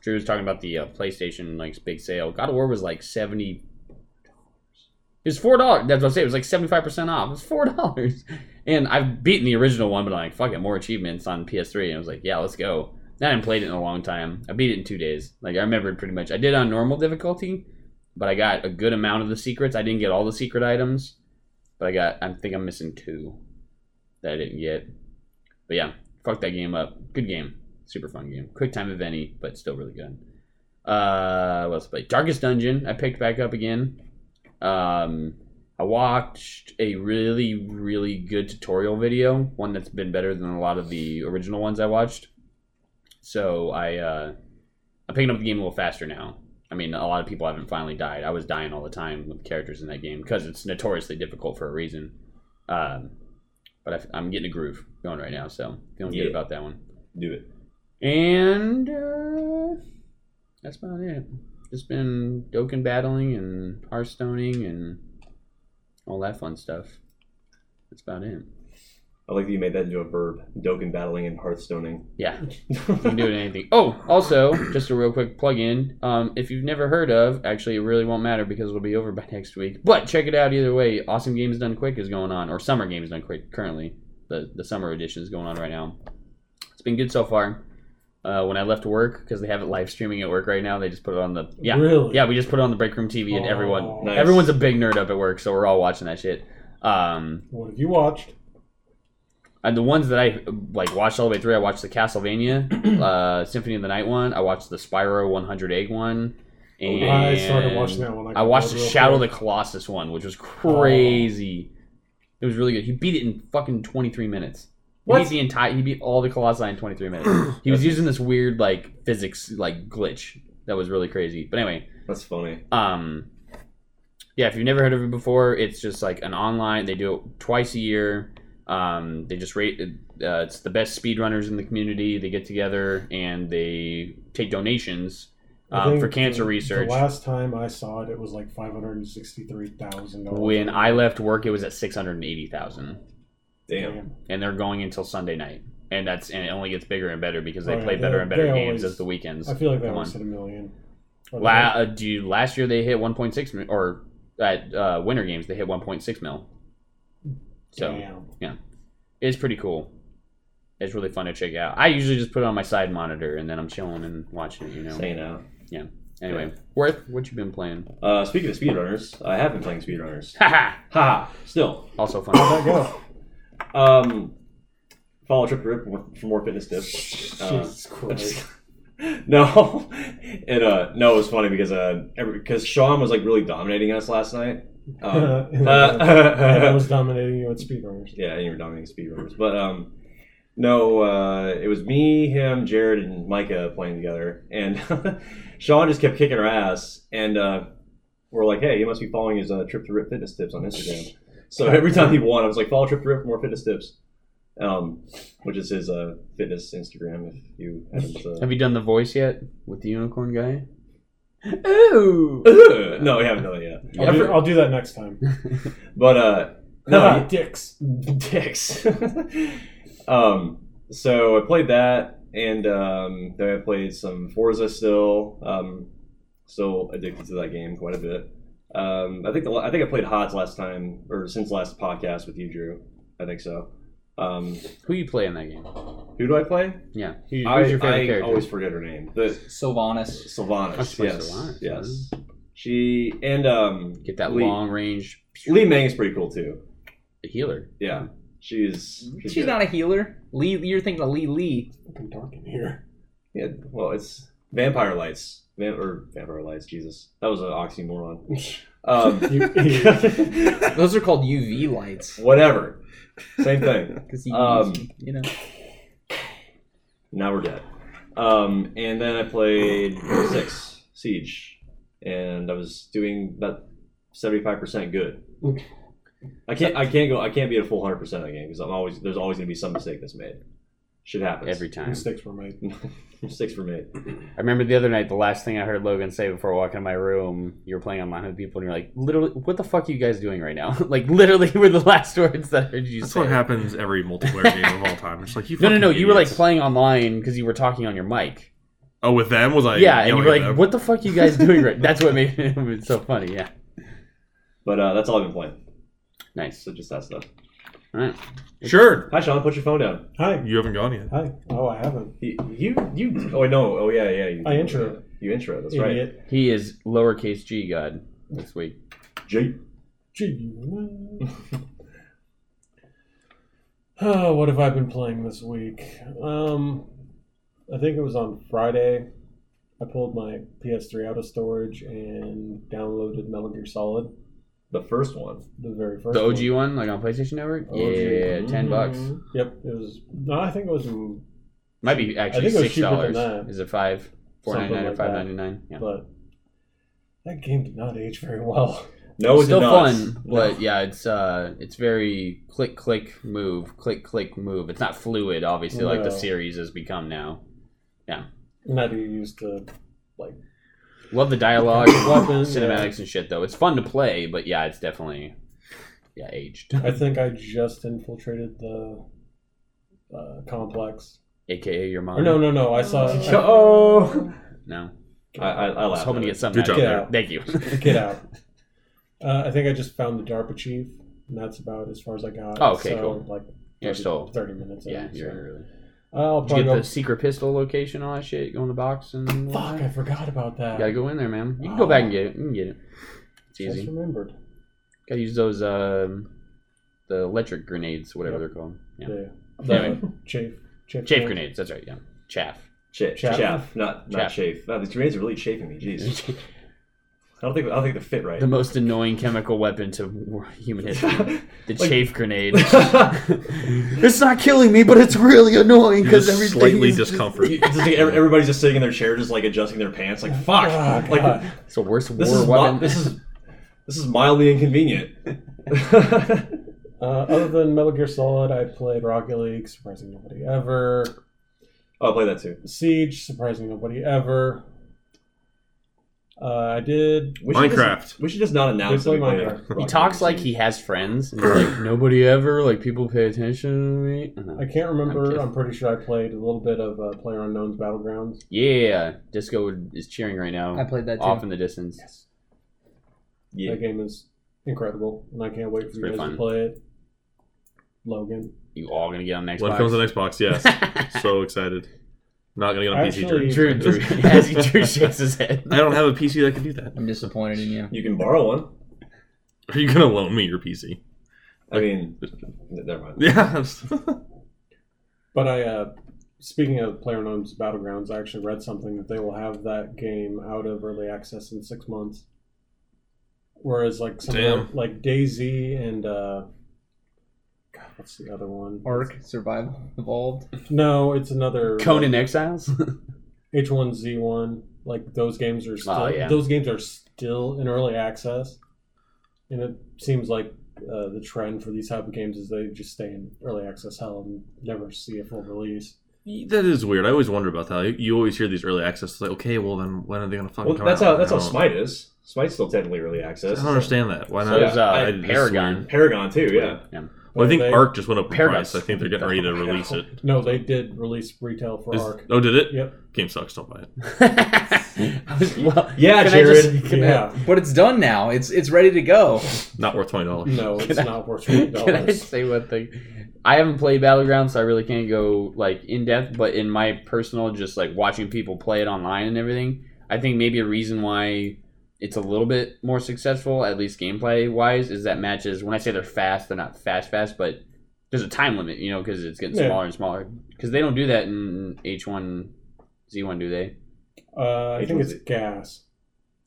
A: Drew was talking about the uh, PlayStation like big sale. God of War was like seventy. It was four dollars. That's what I say. It was like seventy five percent off. It was four dollars, and I've beaten the original one, but I'm like, fuck it, more achievements on PS3. And I was like, yeah, let's go. I haven't played it in a long time. I beat it in two days. Like I remembered pretty much. I did on normal difficulty, but I got a good amount of the secrets. I didn't get all the secret items, but I got. I think I'm missing two that I didn't get. But yeah, fuck that game up. Good game, super fun game. Quick time of any, but still really good. Uh, what else play? Darkest Dungeon. I picked back up again. Um, I watched a really really good tutorial video. One that's been better than a lot of the original ones I watched. So I uh, I'm picking up the game a little faster now. I mean, a lot of people haven't finally died. I was dying all the time with characters in that game because it's notoriously difficult for a reason. Um, but I, am getting a groove going right now, so feeling
D: Yeah.
A: good about that one.
D: Do it.
A: And uh, that's about it. Just been Dokken battling and Hearthstoning and all that fun stuff. That's about it.
D: I like that you made that into a verb. Doken battling and hearthstoning.
A: Yeah. You can do it in anything. Oh, also, just a real quick plug in. Um, if you've never heard of, actually, it really won't matter because it'll be over by next week. But check it out either way. Awesome Games Done Quick is going on, or Summer Games Done Quick currently. The the summer edition is going on right now. It's been good so far. Uh, when I left work, because they have it live streaming at work right now, they just put it on the yeah
B: Really?
A: yeah. We just put it on the break room TV, and
B: Oh.
A: everyone
D: Nice.
A: everyone's a big nerd up at work, so we're all watching that shit. Um,
B: What have you watched?
A: and the ones that I like watched all the way through, I watched the Castlevania uh, Symphony of the Night one. I watched the Spyro 100 Egg one. And
B: I started watching that one. Oh.
A: I watched the
B: the
A: Shadow of the Colossus one, which was crazy. It was really good. He beat it in fucking 23 minutes. He
D: What?
A: beat the entire. He beat all the Colossi in 23 minutes. He was using this weird like physics like glitch that was really crazy. But anyway,
D: That's funny.
A: um, yeah, if you've never heard of it before, it's just like an online. They do it twice a year. Um, they just rate. Uh, it's the best speedrunners in the community. They get together and they take donations
B: I
A: um,
B: think
A: for cancer
B: the-
A: research.
B: The last time I saw it, it was like five hundred and sixty-three thousand dollars.
A: when I left work, it was at six hundred and eighty thousand.
D: Damn.
A: and they're going until Sunday night. And that's and it only gets bigger and better because they
B: Oh, yeah,
A: play
B: they-
A: better and better
B: they
A: games
B: always-
A: as the weekends.
B: I feel like they
A: Come
B: almost
A: on.
B: hit a million. Or
A: La, uh, dude, last year they hit 1.6 mil, or at uh, Winter Games they hit 1.6 mil. So
B: Damn.
A: it's pretty cool. It's really fun to check out. I usually just put it on my side monitor and then I'm chilling and watching it. You know.
D: Say now.
A: Anyway, Worth, what you been playing?
D: Uh, speaking of speedrunners, I have been playing speedrunners.
A: Haha.
D: Ha! Still.
A: also fun.
B: How'd that go?
D: Um, follow Trip to Rip for more- for more fitness tips. Uh,
B: Jesus Christ.
D: no, it uh no, it was funny because uh because Sean was like really dominating us last night. Um,
B: And I was dominating you at speedrunners.
D: Yeah, and you were dominating speedrunners. But um, no, uh, it was me, him, Jared, and Micah playing together, and Sean just kept kicking our ass, and uh, we're like, hey, he must be following his uh, trip to rip fitness tips on Instagram. So every time he won, I was like, follow trip to rip for more fitness tips, um, which is his uh, fitness Instagram. If you haven't, uh,
A: Have you done the voice yet with the unicorn guy? Ooh.
D: no, we haven't done it yet.
B: I'll, do, I'll do that next time.
D: But uh, no,
B: dicks.
D: dicks. um, so I played that, and um, then I played some Forza still. Um, still addicted to that game quite a bit. Um, I think the, la- I think I played Hots last time or since last podcast with you, Drew. I think so. Um,
A: Who you play in that game?
D: who do I play?
A: Yeah. Who, who's
D: I,
A: your favorite
D: I
A: character?
D: always forget her name. The
C: Sylvanas.
A: That's
D: Sylvanas.
A: my
D: Yes.
A: Sylvanas,
D: Yes. She and um,
A: Get that
D: Lee,
A: long range
D: Lee Meng is pretty cool too.
A: healer.
D: Yeah, she's
C: Mm-hmm. She's
D: good.
C: not a healer. Lee, you're thinking of Lee Lee.
B: Fucking dark in here.
D: Yeah, well, it's vampire lights. Vamp- or vampire lights, Jesus. That was an oxymoron. Um,
B: You idiot.
C: Those are called UV lights.
D: whatever. Same thing.
C: Because you,
D: Um,
C: you know,
D: Now we're dead. Um, and then I played six siege, and I was doing about seventy-five percent good. I can't. I can't go. I can't be at a full hundred percent of the game because I'm always. There's always going to be some mistake that's made. Shit happens.
A: Every time.
B: Mistakes were made.
D: mistakes were made.
A: I remember the other night, the last thing I heard Logan say before walking in my room, you were playing online with people, and you're like, literally, what the fuck are you guys doing right now? like, literally, were the last words that I heard you
E: That's
A: say.
E: what happens every multiplayer game of all time. It's like you.
A: No, no,
E: fucking
A: no. You were like
E: idiots.
A: playing online because you were talking on your mic.
E: Oh, with them was I?
A: yeah, and you were
E: yelling
A: like,
E: at them?
A: what the fuck are you guys doing right That's what made it so funny. Yeah.
D: But uh, that's all I've been playing.
A: Nice.
D: So just that stuff.
A: All right.
E: Sure.
D: Hi, Sean. Put your phone down.
B: Hi.
E: You haven't gone yet.
B: Hi. Oh, I haven't.
D: You, you, you oh no, oh yeah, yeah. You,
B: I intro.
D: You intro. That's right.
B: Idiot.
A: He is lowercase g god this week.
D: Jake.
B: Gee. Oh, what have I been playing this week? Um, I think it was on Friday. I pulled my PS3 out of storage and downloaded Metal Gear Solid,
D: The first one.
B: the very first.
A: The OG one, like on PlayStation Network?
B: OG.
A: Yeah, 10 bucks.
D: Mhm.
B: one. Mm-hmm. Yep, it was. No, I think it was,
A: Might be actually
B: I think it was
A: six
B: cheaper than
A: dollars.
B: that.
A: Is it five? Four ninety
B: Something
A: nine or
B: like
A: five
B: that.
A: ninety nine? Yeah.
B: but that game did not age very well.
D: No, it's
A: still
D: nuts.
A: fun, but yeah, it's uh, it's very click click move, click click move. It's not fluid, obviously, like the
B: No.
A: series has become now.
B: Not used to like
A: Love the dialogue,
B: Weapons,
A: cinematics, and shit though. It's fun to play, but yeah, it's definitely yeah aged,
B: I think I just infiltrated the uh, complex.
A: aka your mom.
B: Or no, no, no. I saw.
D: Oh,
A: no.
D: I, I, I
A: I was
D: laughed.
A: hoping
D: at
A: to
D: it.
A: get something.
E: Good
A: out
E: job.
A: of
B: Yeah.
A: it. Thank you.
B: Get out. Uh, I think I just found the DARPA chief, and that's about as far as I got.
A: Oh, okay,
B: so,
A: cool.
B: Like
A: You're
B: 30
A: still-
B: thirty minutes. in,
A: yeah,
B: so.
A: you're really.
B: I'll
A: Did you
B: probably
A: get
B: go.
A: the secret pistol location, all that shit? Go in the box and. uh,
B: Fuck! I forgot about that.
A: You gotta go in there, man. You can go back and get it. You can get it. It's
B: Just
A: easy.
B: remembered.
A: Gotta use those um, the electric grenades, whatever they're called. Yeah.
B: The,
A: Anyway.
B: the chafe. Chafe,
A: Chafe grenades, that's right, yeah. Chaff.
D: Cha- chaff,
B: Chaff.
D: not not
A: Chaff.
D: chafe. Wow, these grenades are really chafing me. Jeez. I don't think I don't think they fit right.
A: The most annoying chemical weapon to war- human history. The
D: Like-
A: chafe grenade. it's not killing me, but it's really annoying
E: You're
A: because
E: just
A: everything
E: slightly
A: is-
E: discomfort.
D: You- just like, every- everybody's just sitting in their chair, just like adjusting their pants. Like fuck,
B: Oh,
D: like
B: God.
A: It's the worst
D: this
A: war
D: is
A: weapon.
D: mi- this is this is mildly inconvenient.
B: Uh, other than Metal Gear Solid, I played Rocket League, surprising nobody ever.
D: Oh, I'll play that too.
B: Siege, surprising nobody ever. Uh, I did.
D: We should
E: Minecraft.
D: Just, we should just not
B: I
D: announce. that
B: played
D: we play
B: Minecraft.
D: Rocket
A: he
D: League
A: talks like
D: Siege.
A: he has friends. And he's like nobody ever. Like people pay attention to me. And I'm
B: I
A: like,
B: can't
A: I'm
B: remember.
A: kidding.
B: I'm pretty sure I played a little bit of uh, Player Unknown's Battlegrounds.
A: Yeah, Disco is cheering right now.
C: I played that too.
A: off in the distance.
D: Yeah.
B: That game is incredible, and I can't wait for you
A: pretty
B: guys
A: fun.
B: to play it. Logan.
A: You all gonna get on next?
E: When it comes on Xbox, yes. so excited. Not gonna get on PC.
B: Actually-
E: Drew.
A: Drew, Drew, as he Drew shakes his head.
E: I don't have a PC that can do that.
C: I'm disappointed in you.
D: You can borrow one.
E: Are you gonna loan me your PC?
D: I mean, n- never mind.
E: Yeah.
B: But I, uh, speaking of PlayerUnknown's Battlegrounds, I actually read something that they will have that game out of early access in six months. Whereas, like some of the-
E: Damn.
B: like Daisy and uh, God, what's the other one?
C: Ark Survival Evolved.
B: No, it's another uh,
A: Conan Exiles.
B: H one Z one. Like those games are still
A: yeah.
B: those games are still in early access, and it seems like. Uh, the trend for these type of games is they just stay in early access hell and never see a full release.
E: that is weird. I always wonder about that. You- You always hear these early access. It's like, okay, well then, when are they gonna fucking
D: Well,
E: come
D: that's
E: out?
D: how that's
E: I
D: how
E: don't-
D: Smite is. Smite's still technically early
E: I
D: access.
E: don't understand that. Why
A: So
E: not?
A: there's, uh,
E: I- it's
A: Paragon.
E: weird.
D: Paragon too. Yeah.
E: Well, I think
B: They-
E: Arc just went up in
A: Paragon.
E: price. I think they're getting ready to release it.
B: No, they did release retail for
E: Is-
B: Arc.
E: oh, did it?
B: Yep.
E: Game sucks. Don't buy it.
A: I was- well,
D: Yeah,
A: can I
D: Jared.
A: just- can I-
B: Yeah.
C: But it's done now. It's it's ready to go.
E: Not worth twenty dollars.
B: No, it's
A: Can I-
B: not worth twenty
A: Can I
B: dollars.
A: say one thing? I haven't played Battleground, so I really can't go like in depth. But in my personal, just like watching people play it online and everything, I think maybe a reason why it's a little bit more successful, at least gameplay wise, is that matches. When I say they're fast, they're not fast fast, but there's a time limit, you know, because it's getting
B: Yeah.
A: smaller and smaller. Because they don't do that in H one Z one, do they?
B: Uh, I
D: Which
B: think
D: was
B: it's gas.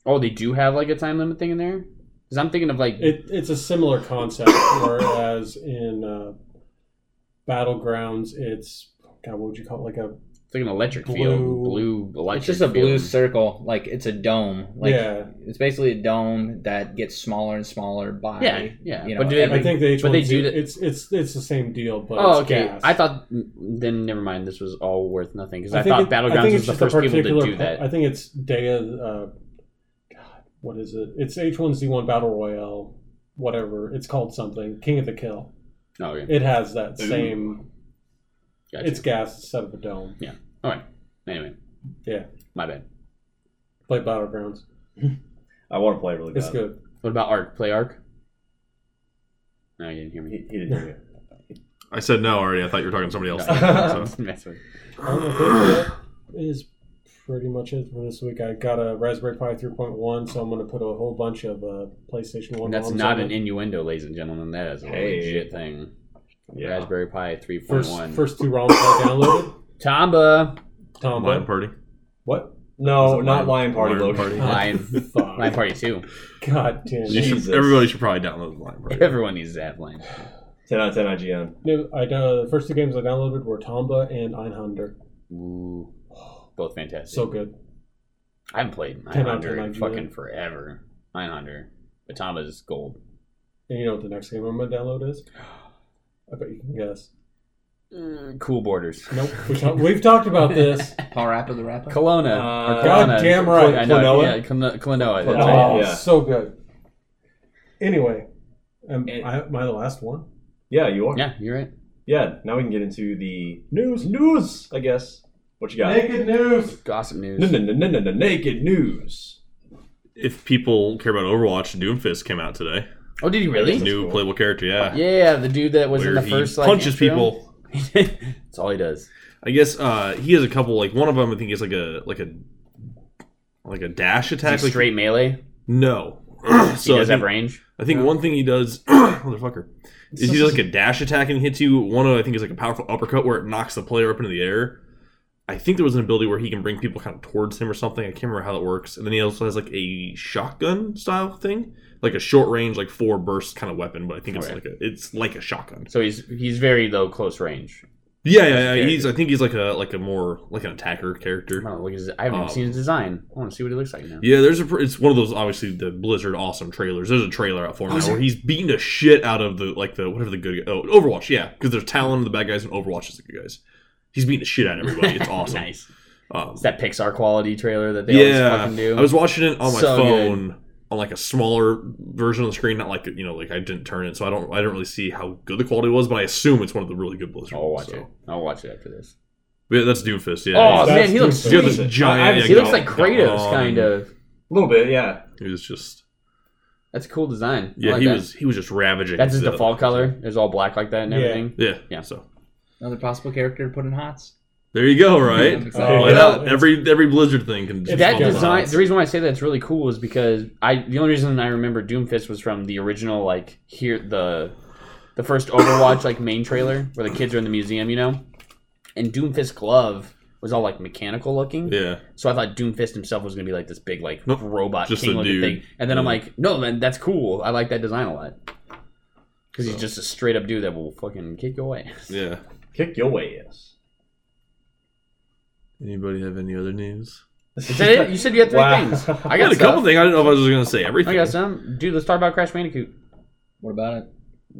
A: Oh, they do have like a time limit thing in there. Because I'm thinking of like
B: It, it's a similar concept, whereas in uh, battlegrounds, it's God, what would you call it? Like a
A: it's like an electric field,
B: Blue-
A: blue electric.
C: It's just a blue
A: field.
C: circle. Like it's a dome. Like
B: yeah.
C: it's basically a dome that gets smaller and smaller by
A: Yeah, yeah.
C: you know,
A: but do they,
C: every-
B: I think the H
A: but
B: one
A: they do that-
B: it's it's it's the same deal, but
A: Oh,
B: it's
A: okay.
B: gas.
A: I thought then never mind. This was all worth nothing because I,
B: think
A: thought
B: it- I
A: Battlegrounds
B: think
A: was
B: it's
A: the
B: just a
A: first people to
B: particular
A: do
B: pa-
A: that.
B: I think it's Dea. Uh, God, what is it? It's H one Z one battle royale, whatever it's called. Something King of the Kill.
A: oh, okay.
B: It has that
D: Ooh.
B: same.
A: Gotcha.
B: It's gas instead of a dome.
A: all right. Anyway.
B: Yeah.
A: My bad.
B: Play battlegrounds.
D: I want to play really bad.
B: It's good.
A: What about Arc? Play Arc. No, you didn't hear
D: He,
A: me.
D: he didn't hear you.
E: I said no already. I thought you were talking to somebody else.
A: No,
E: So-
A: that's what-
B: Um, I think that is pretty much it for this week. I got a Raspberry Pi 3.1, so I'm going to put a whole bunch of uh, PlayStation 1
A: and that's
B: ROMs
A: not
B: on
A: an
B: it.
A: innuendo, ladies and gentlemen. That is a
D: Hey.
A: legit thing.
D: Yeah.
A: Raspberry Pi
B: first,
A: 3.1.
B: first two ROMs I downloaded.
A: Tomba.
B: Tom,
E: Lion Party.
B: what?
D: No,
E: Is it
D: Oh, not Lion
E: Lion-
D: Party.
E: Lion
D: Logan.
E: Party?
A: Lion.
B: Fuck.
A: Lion Party 2.
B: God damn.
E: You
B: it.
E: should-
D: Jesus.
E: everybody should probably download Lion Party.
A: Everyone needs that line.
D: 10 out of 10 IGN.
B: No, I, uh, the first two games I downloaded were Tomba and Einhander.
A: Ooh. Both fantastic.
B: So good.
A: I haven't played
B: Ten out of
A: 900 in
B: ten,
A: fucking
B: IGN.
A: forever. 900. Batama's gold.
B: And you know what the next game I'm going to download is? I bet you can guess.
A: cool borders.
B: Nope. We ta- we've talked about this.
C: Power Rapper the Rapper.
A: Kelowna.
D: Uh,
A: or Kelowna.
B: goddamn right.
A: I know.
D: Klonoa?
A: Yeah, Klono- Klonoa. that's
D: Klonoa.
A: right.
B: Oh,
D: yeah.
B: so good. Anyway, am,
D: And-
B: I, am I the last one?
D: Yeah, you are. Yeah.
A: Yeah, you're right.
D: now we can get into the
B: News.
D: news, I guess. What you got?
B: Naked news.
A: Gossip news.
D: Naked news.
E: If people care about Overwatch, Doomfist came out today.
A: Oh, did he really?
E: New
D: cool.
E: playable character, yeah.
A: Yeah, the dude that was in
E: Where
A: the first
E: he
A: like
E: punches
A: intro.
E: people.
A: that's all he does.
E: I guess uh, he has a couple. Like one of them, I think is like a like a like a dash
A: Is he
E: attack. Like
A: straight melee.
E: no.
A: He
E: so I
A: does
E: think,
A: have range.
E: I think one thing he does, motherfucker, is uh, he does like a dash attack and hits you. One of I think is like a powerful uppercut where it knocks the player up into the air. I think there was an ability where he can bring people kind of towards him or something. I can't remember how that works. And then he also has like a shotgun style thing, like a short range, like four burst kind of weapon. But I think it's
A: Okay.
E: like a it's like a shotgun.
A: So he's he's very low close range.
E: Yeah, yeah, yeah.
A: character.
E: He's I think he's like a like a more like an attacker character.
A: I, don't know, look at his, I haven't
E: Um,
A: seen his design. I want to see what he looks like now.
E: Yeah, there's a. pr- It's one of those obviously the Blizzard awesome trailers. There's a trailer out for him
A: Oh, is
E: now where he's beating the shit out of the like the whatever the good guy- oh Overwatch yeah because there's Talon the bad guys and Overwatch is the good guys. He's beating the shit out of everybody. It's awesome.
A: nice.
E: Um,
A: It's that Pixar quality trailer that they
E: Yeah,
A: always fucking do.
E: I was watching it on my
A: So
E: phone on like a smaller version of the screen, not like you know like I didn't turn it, so I don't I don't really see how good the quality was, but I assume it's one of the really good Blizzard.
A: I'll
E: ones,
A: Oh, watch it.
E: so.
A: I'll watch it after this.
E: Yeah, that's Doomfist. Yeah.
A: oh
E: he's-
B: that's
A: man, he looks
B: stupid.
E: he's got
A: sweet.
E: this giant.
D: I've-
E: yeah,
A: He looks like
E: gal-
A: Kratos,
E: galvan.
A: kind of.
D: A little bit, yeah.
E: He was just
A: That's a cool design. I
E: yeah.
A: like
E: he
A: that.
E: was he was just ravaging.
A: That's his
E: the-
A: default color. It's all black like that and
B: Yeah.
A: everything.
E: Yeah,
A: Yeah.
E: yeah. So
C: Another possible character to put in HOTS.
E: there you go. Right.
C: Yeah,
B: Oh,
E: Why
B: yeah.
E: not? every every Blizzard thing can.
B: It's
E: Just
A: that
E: fall
B: all
A: design.
E: down.
A: The reason why I say that's really cool is because I. The only reason I remember Doomfist was from the original, like here the, the first Overwatch like main trailer where the kids are in the museum, you know, and Doomfist glove was all like mechanical looking.
E: Yeah.
A: So I thought Doomfist himself was gonna be like this big like
E: Nope.
A: robot
E: Just
A: king
E: a
A: looking
E: dude.
A: thing, and then I'm
E: Yeah.
A: like, no man, that's cool. I like that design a lot because he's just a straight up dude that will fucking kick you away.
E: Yeah.
D: Kick your way, yes.
E: Anybody have any other news?
A: Is that it? You said you had three
D: Wow.
A: things. I
E: I
A: got
E: got a
A: stuff.
E: couple things. I didn't know if I was going to say everything.
A: I got some. Dude, let's talk about Crash Bandicoot.
C: What about it?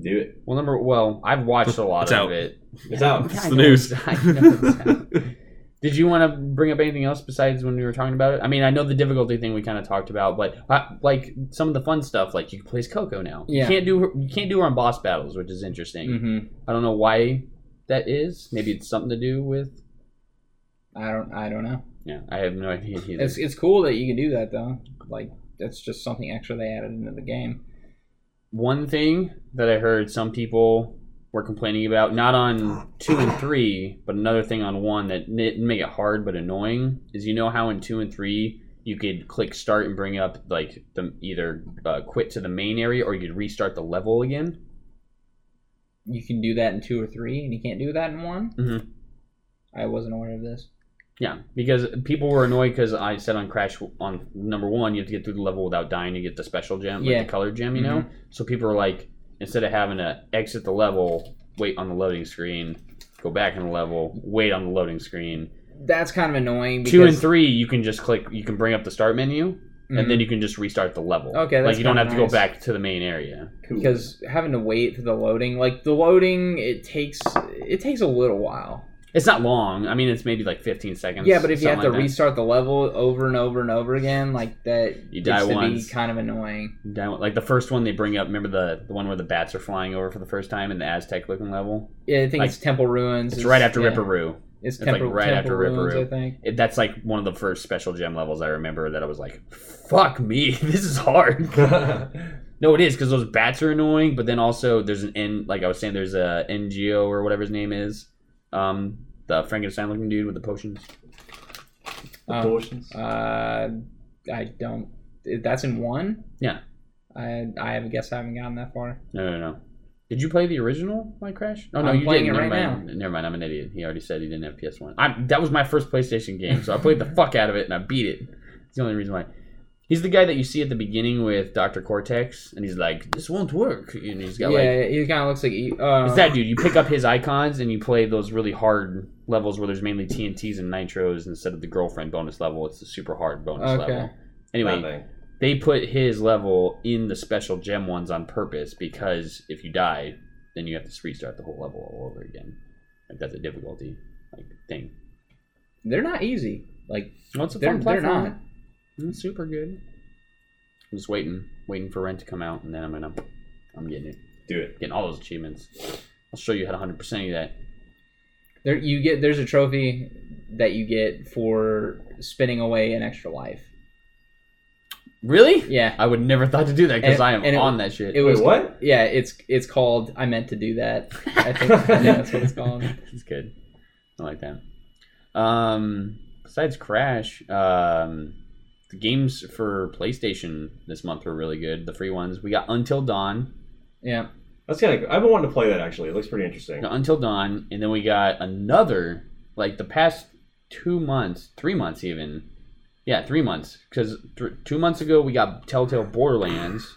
D: Do it.
A: Well, number well, I've watched a lot
E: It's
A: of
E: out.
A: it.
D: It's out.
E: It's
A: I
E: the
A: know
E: news.
A: I know it's out. Did you want to bring up anything else besides when we were talking about it? I mean, I know the difficulty thing we kind of talked about, but uh, like some of the fun stuff, like you can play as Coco now. You
C: Yeah.
A: can't do her, you can't do her on boss battles, which is interesting.
C: hmm
A: I don't know why that is. Maybe it's something to do with.
C: I don't. I don't know.
A: Yeah, I have no idea either.
C: It's it's cool that you can do that though. Like that's just something extra they added into the game.
A: one thing that I heard some people were complaining about, not on two and three, but another thing on one that didn't make it hard but annoying is you know how in two and three you could click start and bring up like the either uh, quit to the main area or you could restart the level again.
C: You can do that in two or three, and you can't do that in one.
A: Mhm.
C: I wasn't aware of this.
A: Yeah, because people were annoyed because I said on Crash on number one, you have to get through the level without dying to get the special gem, like
C: Yeah. Mm-hmm.
A: the color gem, you know. So people were like, instead of having to exit the level, wait on the loading screen, go back in the level, wait on the loading screen.
C: That's kind of annoying. Because,
A: Two and three, you can just click, you can bring up the start menu,
C: Mhm.
A: and then you can just restart the level.
C: Okay, that's
A: like you don't
C: kinda
A: have to go
C: nice.
A: back to the main area.
D: Cool.
C: because having to wait for the loading, like the loading, it takes it takes a little while.
A: It's not long. I mean, it's maybe like 15 seconds.
C: Yeah, but if you have
A: something like
C: to
A: that.
C: restart the level over and over and over again, like that,
A: You
C: gets
A: die
C: to
A: once.
C: Be kind of annoying.
A: Down- like the first one they bring up, remember the the one where the bats are flying over for the first time in the Aztec looking level.
C: Yeah, I think
A: Like,
C: it's Temple Ruins.
A: It's right after
C: yeah,
A: Ripperoo.
C: It's,
A: like,
C: Temple,
A: right
C: Temple
A: after
C: Ruins,
A: Ripperoo.
C: I think.
A: It, that's like one of the first special gem levels I remember that I was like, "Fuck me, this is hard." no, it is because those bats are annoying. But then also there's an N, like I was saying, there's a NGO or whatever his name is, um, the Frankenstein looking dude with the potions.
C: Oh,
D: Proportions.
C: uh, I don't. That's in one.
A: Yeah.
C: I I have a guess. I haven't gotten that far.
A: No, no, no. Did you play the original My Crash? Oh no,
C: I'm
A: you
C: playing
A: didn't.
C: it
A: Never
C: right
A: mind. Never mind. I'm an idiot. He already said he didn't have PS One. I that was my first PlayStation game, so I played the fuck out of it and I beat it. It's the only reason why. He's the guy that you see at the beginning with Doctor Cortex, and he's like, "This won't work," and he's
C: Yeah,
A: got like.
C: he kind of looks like. he- Uh,
A: It's that dude. You pick up his icons and you play those really hard levels where there's mainly TNTs and nitros instead of the girlfriend bonus level. It's the super hard bonus
C: Okay.
A: level. Anyway,
D: Nothing.
A: they put his level in the special gem ones on purpose because if you die, then you have to restart the whole level all over again. Like that's a difficulty like thing.
C: They're not easy. Like
A: Well, it's a
C: they're
A: fun
C: they're
A: platform.
C: not. mm,
A: It's super good. I'm just waiting, waiting for Rent to come out, and then I'm gonna, I'm getting it,
D: Do it.
A: getting all those achievements. I'll show you how to 100 percent of that.
C: There you get. There's a trophy that you get for spinning away an extra life.
A: Really?
C: Yeah.
A: I would never thought to do that because
C: And-
A: I am
C: and it-
A: on that shit.
C: It
D: Wait,
C: was
D: what?
C: Yeah, it's it's called I meant to do that. I think I think that's what it's called.
A: It's good. I like that. Um, besides Crash, um, the games for PlayStation this month were really good. The free ones we got Until Dawn,
C: Yeah.
D: That's kind of. Cool. I've been wanting to play that actually. It looks pretty interesting.
A: no, Until Dawn, and then we got another. Like the past two months, three months even. Yeah, three months. Because th- two months ago we got Telltale Borderlands.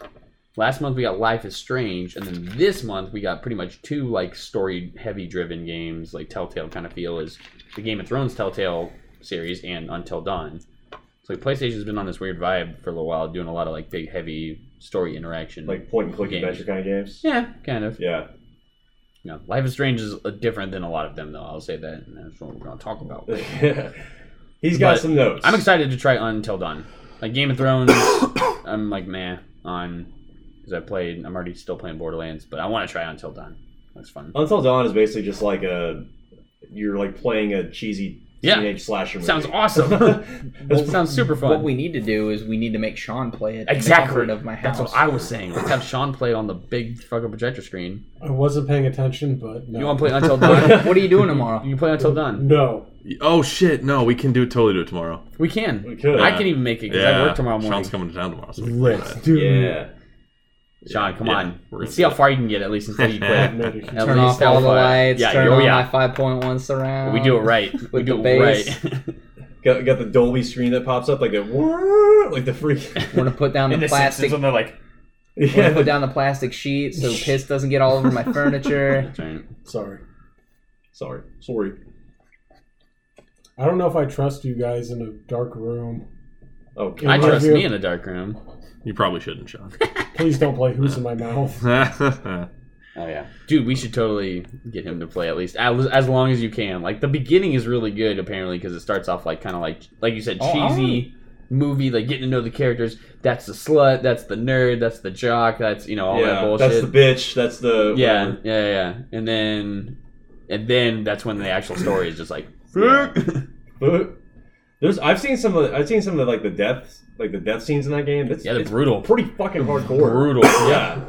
A: Last month we got Life is Strange, and then this month we got pretty much two like story heavy driven games, like Telltale kind of feel is the Game of Thrones Telltale series and Until Dawn. So like PlayStation's been on this weird vibe for a little while, doing a lot of like big heavy story interaction.
D: like point and click
A: Games.
D: adventure kind of games.
A: yeah, kind of.
D: Yeah.
A: No, Life is Strange is uh, different than a lot of them, though. I'll say that, and that's what we're gonna talk about.
D: He's got
A: But
D: some notes.
A: I'm excited to try Until Dawn. Like Game of Thrones, I'm like meh on because I played. I'm already still playing Borderlands, but I want to try Until Dawn. That's fun.
D: Until Dawn is basically just like a you're like playing a cheesy
A: Yeah.
D: teenage slasher movie.
A: Sounds awesome. that sounds super fun.
C: What we need to do is we need to make Sean play it in the
A: exactly
C: comfort of my house.
A: That's what I was saying. Let's have Sean play on the big fucking projector screen.
B: I wasn't paying attention, but no.
A: You want to play Until Dawn?
C: what are you doing tomorrow?
A: you can play Until Dawn.
B: No.
E: Oh shit! No, we can do totally do it tomorrow.
A: We can.
D: We could.
A: I can even make it because I work tomorrow morning.
E: Sean's coming to town tomorrow. So we can do
B: Let's
E: that.
B: do
D: yeah.
A: Sean, come
E: Yeah,
A: on.
E: we're
A: Let's
E: gonna
A: see
E: do
A: how far you can get at least until you quit.
B: it. Maybe you can
A: At
C: turn
A: least
C: off all the
A: Alpha.
C: lights.
A: Yeah,
C: turn
A: oh,
C: on
A: yeah.
C: my five point one surround.
A: We do it right. we
C: Um, With
A: do
C: the
A: it
C: bass.
A: right.
D: Got, got the Dolby screen that pops up like a whirr, like the freak.
C: Want to put down the, plastic.
A: they're like,
C: Want to put
D: yeah.
C: down the plastic sheet so piss doesn't get all over my furniture.
B: Sorry.
D: Sorry, sorry.
B: I don't know if I trust you guys in a dark room.
D: Oh, God.
A: I
B: Yeah,
A: trust
B: yeah.
A: me in a dark room.
E: You probably shouldn't, Sean.
B: Please don't play Who's in My Mouth.
A: Oh yeah, dude, we should totally get him to play at least as, as long as you can. Like the beginning is really good apparently because it starts off like kind of like like you said
C: Oh, I
A: cheesy movie, like getting to know the characters. That's the slut. That's the nerd. That's the jock. That's you know all that
D: yeah,
A: bullshit.
D: that's the bitch. That's the
A: yeah,
D: whatever.
A: yeah, yeah. And then and then that's when the actual story is just like
D: But there's I've seen some of the, I've seen some of the, like the death like the death scenes in that game. That's
A: yeah, they're
D: it's
A: brutal,
D: pretty fucking hardcore.
A: brutal.
D: Yeah,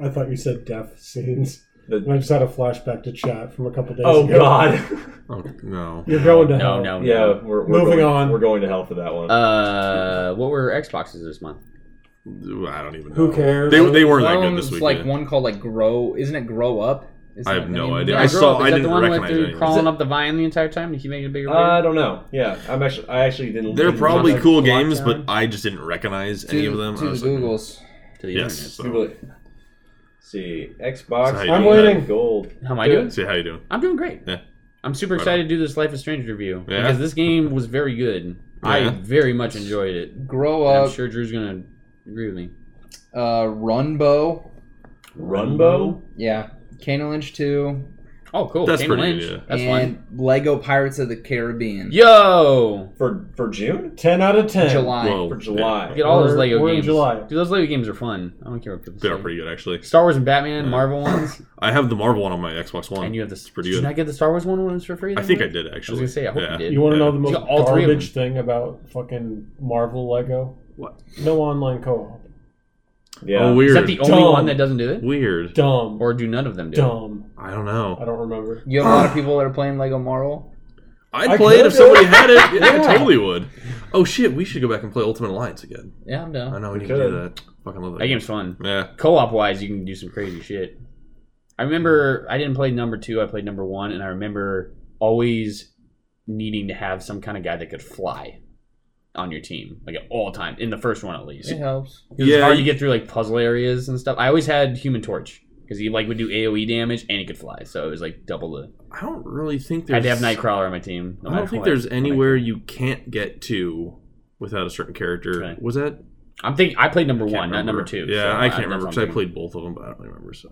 B: I thought you said death scenes.
D: The-
B: And I just had a flashback to chat from a couple days
D: Oh
B: ago.
D: God.
E: oh no.
B: You're going to
A: No,
B: hell.
E: Oh,
A: no, no.
D: yeah, we're, we're
B: Moving
D: going,
B: on.
D: We're going to hell for that one.
A: Uh, what were Xboxes this month?
E: I don't even. know.
B: Who cares?
E: They, they weren't that good
C: One's
E: this week.
C: like
E: yeah.
C: one called like grow. Isn't it grow up? Isn't
E: I
C: that
E: have
C: the
E: no
C: name of
E: idea.
C: it?
E: I
A: Grow
E: saw-
A: Up, Is
E: I
A: that the
E: didn't
A: one with
E: recognize
A: the
E: anything.
A: crawling up the vine the entire time to keep making a bigger?
D: I
A: beard?
B: Uh,
D: don't know. Yeah, I'm actually I actually didn't.
E: They're
D: didn't
E: probably
D: watch
E: cool
A: Lockdown.
E: games, but I just didn't recognize
C: To,
E: any of them.
C: to
E: I was
C: the
E: like, "Hmm."
C: Googles.
A: to the
E: yes.
A: internet.
D: that.
E: so-
D: People- see Xbox.
E: So how you
B: I'm doing? waiting.
D: Gold.
A: How am I
D: Do
A: doing?
E: See how you doing?
A: I'm doing great.
E: Yeah.
A: I'm super
E: Right
A: excited to do this Life is Strange review
E: Yeah?
A: because this game was very good. I
E: Yeah.
A: very much enjoyed it.
C: Grow
A: I'm
C: up.
A: sure Drew's gonna agree with me.
C: Uh, Runbo.
D: Runbo.
C: Yeah. Kano Lynch two.
A: Oh, cool.
E: That's
A: Kane
E: pretty
A: Lynch.
E: good, yeah.
A: That's
C: and
A: fun.
C: Lego Pirates of the Caribbean.
A: Yo,
D: for for June
B: 10 out of 10.
C: July.
E: Whoa.
D: for July.
A: get all those
B: We're-
A: Lego
B: we're in
A: games.
B: July.
A: Dude, those Lego games are fun. I don't care what people
E: They are
A: say.
E: pretty good, actually.
A: Star Wars and Batman,
E: Yeah.
A: Marvel ones,
E: I have the Marvel one on my Xbox One.
A: and you have this.
E: pretty
A: Did you
E: good.
A: not get the Star Wars one when it was for free?
E: I
A: then,
E: think I
A: Drew?
E: did
A: I was
E: actually.
A: gonna say I hope
E: yeah.
A: you did.
B: You want to
E: Yeah.
B: know the most
A: got all three of
B: garbage
A: them.
B: thing about fucking Marvel Lego?
E: What?
B: No online co-op.
D: Yeah.
E: Oh,
A: Is
E: weird.
A: that the only
B: Dumb.
A: one that doesn't do it,
E: weird.
B: Dumb.
A: or do none of them do it?
B: Dumb.
E: I don't
B: I
E: know.
B: don't remember.
C: You have a lot of people that are playing Lego Marvel.
E: I'd
B: I
E: play it if
B: could.
E: somebody had it. Yeah, I
B: Yeah.
E: totally would. Oh shit, we should go back and play Ultimate Alliance again.
C: Yeah, I'm
E: I
C: down.
E: know we,
D: We
E: need to do
D: could.
E: that. Fucking love that.
A: That game's fun.
E: Yeah.
A: co-op wise you can do some crazy shit i remember i didn't play number two i played number one and i remember always needing to have some kind of guy that could fly on your team like at all time in the first one at least
C: It helps.
A: it was
E: Yeah,
A: hard to
E: you-
A: get through like puzzle areas and stuff i always had human torch because he like would do aoe damage and he could fly so it was like double the
E: I don't really think
A: i had
E: there's.
A: to have nightcrawler on my team no
E: I
A: matter
E: don't think
A: what.
E: there's anywhere you can't get to without a certain character.
A: Okay.
E: Was that
A: i'm thinking i played number
E: I
A: one
E: can't
A: not number
E: remember.
A: two
E: Yeah,
A: so
E: I can't
A: that's
E: remember because
A: what
E: I
A: I'm thinking.
E: played both of them, but I don't remember. So,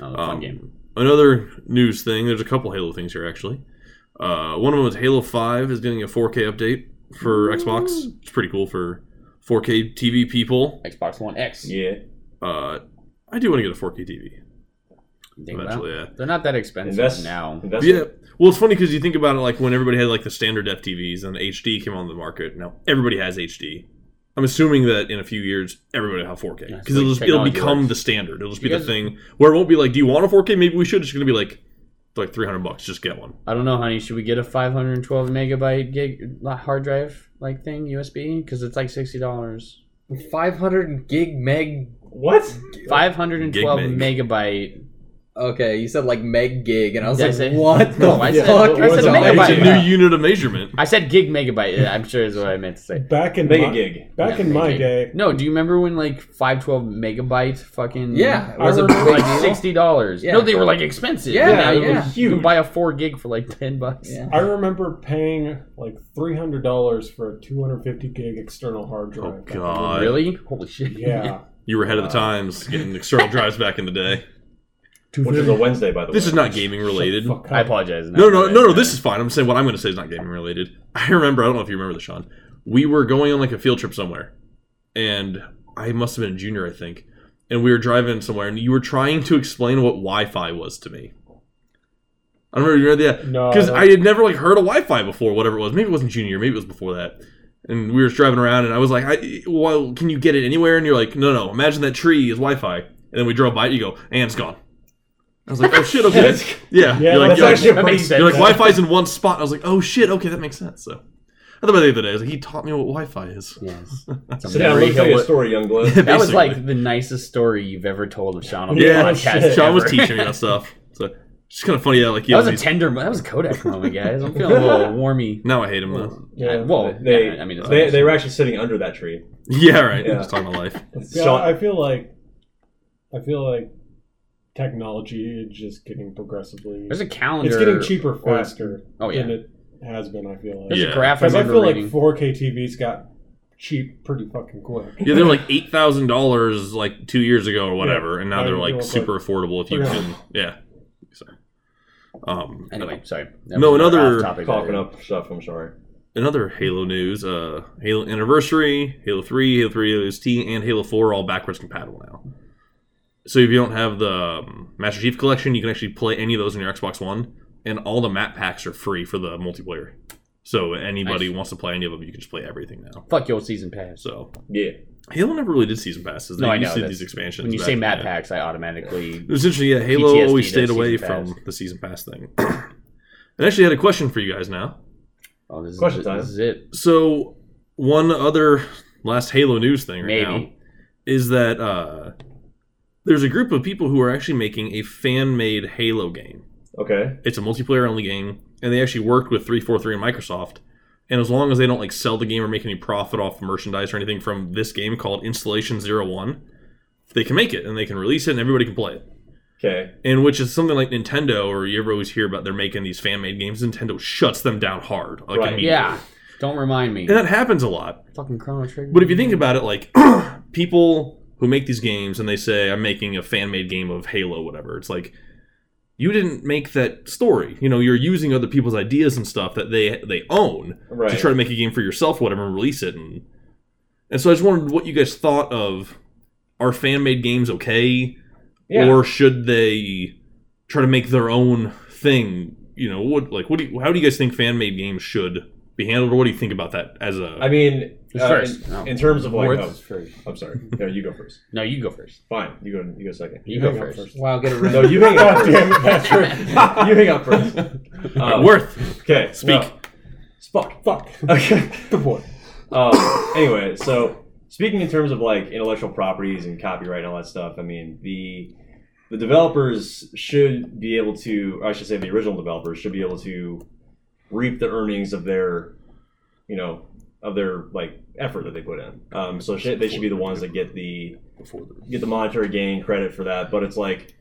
A: Oh, that's a fun
E: Um,
A: game
E: another news thing. There's a couple Halo things here actually. Uh, one of them is Halo Five is getting a 4K update for Xbox. It's pretty cool for 4K TV people.
A: xbox one x
D: Yeah.
E: Uh, I do want to get a 4K TV
A: Think about it.
E: eventually. Yeah.
A: they're not that expensive
D: Invest
A: now
D: Invest
E: yeah. Well, it's funny because you think about it like when everybody had like the standard def TVs and HD came on the market. Now everybody has HD. I'm assuming that in a few years everybody will have 4K
A: Yeah, it's
E: because
A: like
E: it'll just, it'll
A: technology
E: become
A: works.
E: the standard. It'll just
A: You
E: be the
A: guys-
E: thing where it won't be like, do you want a 4K? Maybe we should. It's going to be like like 300 bucks. Just get one.
A: I don't know, honey. Should we get a 512 megabyte gig hard drive like thing USB? Because it's like sixty dollars.
C: 500 gig meg.
D: What?
A: 512
E: Gig meg.
A: megabyte
C: Okay, you said like meg gig, and I was
A: Did I
C: like,
A: say-
C: what the
A: No, I said-
C: fuck?
A: I
C: is
A: said
C: a
A: meg-
E: It's a
A: megabyte.
E: new unit of measurement.
A: I said gig megabyte. Yeah, I'm sure is what I meant to say.
B: Back in
D: Make
B: my,
D: a gig.
B: back
A: Yeah,
B: in my
A: megagig.
B: day,
A: No, do you remember when like 512 megabyte fucking
C: Yeah, it
A: was
B: was a
A: a,
B: big
A: like
C: deal.
A: sixty dollars?
C: Yeah.
A: No, they were like expensive.
C: Yeah,
A: now you,
C: yeah.
A: you can
D: Huge.
A: buy a four gig for like ten bucks.
C: Yeah.
B: I remember paying like three hundred dollars for a two hundred fifty gig external hard drive.
E: Oh,
B: back in the
E: God.
B: day.
A: Really? Holy shit!
B: Yeah.
E: You were ahead
B: Uh,
E: of the times getting external drives back in the day.
D: which is a Wednesday, by the way.
E: This is not gaming related.
B: Fuck
A: I
B: up.
A: apologize.
E: No, no, no, no. This is fine. I'm saying what I'm going to say is not gaming related. I remember. I don't know if you remember this, Sean. We were going on like a field trip somewhere, and I must have been a junior, I think. And we were driving somewhere, and you were trying to explain what Wi-Fi was to me. I don't remember. You remember that?
B: No,
E: because
B: no.
E: I had never like heard of Wi-Fi before, whatever it was. Maybe it wasn't junior, maybe it was before that. And we were driving around, and I was like, I, "Well, can you get it anywhere?" And you're like, "No, no. Imagine that tree is Wi-Fi." And then we drove by it. You go, "And it's gone." I was like, "Oh shit, okay, yeah."
B: Yeah,
E: you're like,
B: that's
E: you're like,
D: actually a
A: That
D: pretty-
A: makes sense.
E: you're like Wi-Fi's in one spot. I was like, "Oh shit, okay, that makes sense." So, I thought by the other day, I was like, "He taught me what Wi-Fi is."
A: Yes.
D: Sit down, let me tell you a story, young blood.
A: That was
E: Basically.
A: like the nicest story you've ever told of Sean on the
E: yeah,
A: podcast.
E: Sean was
A: ever.
E: teaching me that stuff. So it's just kind of funny, yeah. Like, you
A: That
E: know,
A: was a
E: these-
A: tender. That was a Kodak moment, guys. I'm feeling a little warmy.
E: now I hate him though.
B: Yeah.
A: Well,
D: They,
A: yeah, I mean, it's
D: they, they were actually sitting under that tree.
E: Yeah, right.
D: Yeah.
E: Just talking about life.
B: Yeah,
D: Sean-
B: I feel like I feel like technology is just getting progressively.
A: there's a calendar.
B: It's getting cheaper
A: or-
B: faster
A: Oh
B: than
A: yeah,
B: it has been. I feel like
A: there's
E: Yeah.
A: a graph I
B: because I
A: remember
B: feel like
A: reading.
B: 4K TVs got cheap pretty fucking quick.
E: Yeah, they were like eight thousand dollars like two years ago or whatever, and now
B: Now
E: they're
B: you can
E: like
B: go up,
E: super affordable if you
B: Yeah.
E: can. Yeah. So, um.
A: anyway, sorry. That
E: No,
A: was another
E: another-
A: off-topic
D: Coughing
A: idea.
D: up stuff, I'm sorry.
E: another Halo news: uh, Halo Anniversary, Halo Three, Halo Three, Halo T, and Halo Four are all backwards compatible now. So if you don't have the um, Master Chief Collection, you can actually play any of those on your Xbox One, and all the map packs are free for the multiplayer. So anybody
A: Nice.
E: wants to play any of them, you can just play everything now.
A: Fuck your season pass.
E: So
D: Yeah.
E: Halo never really did season passes. They
A: No, I
E: used
A: know,
E: to do
A: that's-
E: these expansions.
A: When you
E: back
A: say
E: in the
A: mad
E: day.
A: packs, I automatically.
E: Essentially, yeah, Halo
A: PTSD
E: always
A: to
E: stayed
A: season
E: away
A: pass.
E: from the season pass thing. I actually had a question for you guys now.
A: Oh, this is,
D: Question
A: this,
D: time.
A: is it.
E: So, one other last Halo news thing right now
A: Maybe.
E: is that uh, there's a group of people who are actually making a fan-made Halo game.
D: Okay.
E: It's a multiplayer-only game, and they actually worked with 343 and Microsoft. And as long as they don't like sell the game or make any profit off the merchandise or anything from this game called Installation 01, they can make it and they can release it and everybody can play it.
D: Okay.
E: And which is something like Nintendo, or you ever always hear about they're making these fan made games. Nintendo shuts them down hard. Like
D: Right.
E: immediately.
A: Yeah. Don't remind me.
E: And that happens a lot.
A: Fucking Chrono Trigger.
E: But if you think about it, like people who make these games and they say, I'm making a fan made game of Halo, whatever, it's like, you didn't make that story. You know, you're using other people's ideas and stuff that they they own
D: Right.
E: to try to make a game for yourself, whatever, and release it. And and so I just wondered what you guys thought of are fan made games okay?
D: yeah.
E: or should they try to make their own thing? You know, what like what do you, how do you guys think fan made games should be handled, or what do you think about that as a
D: I mean,
A: Who's
D: uh,
A: first?
D: in,
A: No.
D: in terms of like,
A: Moritz
D: oh,
A: is first.
D: I'm sorry. No, you go first.
A: No, you go first.
D: Fine. You go. You go second.
A: You, go
B: hang up
A: first.
C: Wow, get a ring.
D: No, you hang up
B: God
D: first.
B: damn it, Patrick.
D: you hang up first.
E: Uh,
D: Um,
E: worth
D: Okay.
E: speak?
D: Fuck.
B: Fuck.
D: Okay.
B: Good boy.
D: Um, anyway, so speaking in terms of like intellectual properties and copyright and all that stuff, I mean the the developers should be able to, or I should say, the original developers should be able to reap the earnings of their, you know, of their like effort that they put in. Um, so should, they should be the ones that get the get the monetary gain credit for that. But it's like,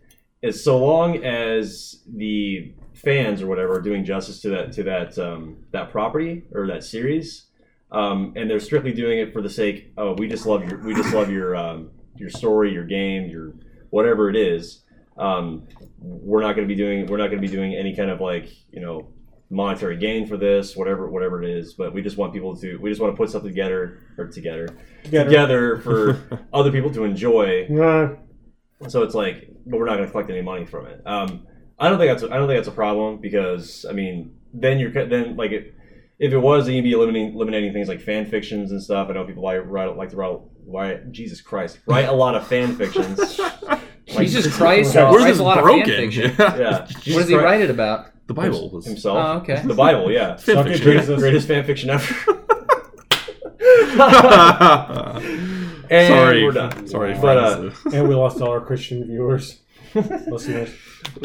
D: as so long as the fans or whatever are doing justice to that to that um, that property or that series, um, and they're strictly doing it for the sake of we just love your we just love your um, your story, your game, your whatever it is. Um, we're not going to be doing we're not going to be doing any kind of like you know monetary gain for this whatever whatever it is but we just want people to we just want to put something together or together together for other people to enjoy
B: Nah,
D: so it's like, but we're not going to collect any money from it. Um, I don't think that's a, I don't think that's a problem because I mean, then you're cut- then like it, if it was, then you'd be eliminating eliminating things like fan fictions and stuff. I know people like write like to write, write Jesus Christ write a lot of fan fictions.
C: Jesus
B: Where's
C: Christ,
E: Where's
C: writes
E: this
C: a lot of fan
E: broken?
C: fiction.
D: yeah,
C: What
D: Jesus
C: does he
D: Christ
C: write it about?
E: The Bible was
D: himself?
C: Oh, okay.
D: The Bible, yeah,
E: fan
B: Suck it,
E: fiction.
B: Jesus.
D: greatest fan fiction ever. and
E: sorry,
D: we're done.
E: sorry,
B: Wow.
E: friends.
D: uh,
E: Uh,
B: and we lost all our Christian viewers. listeners.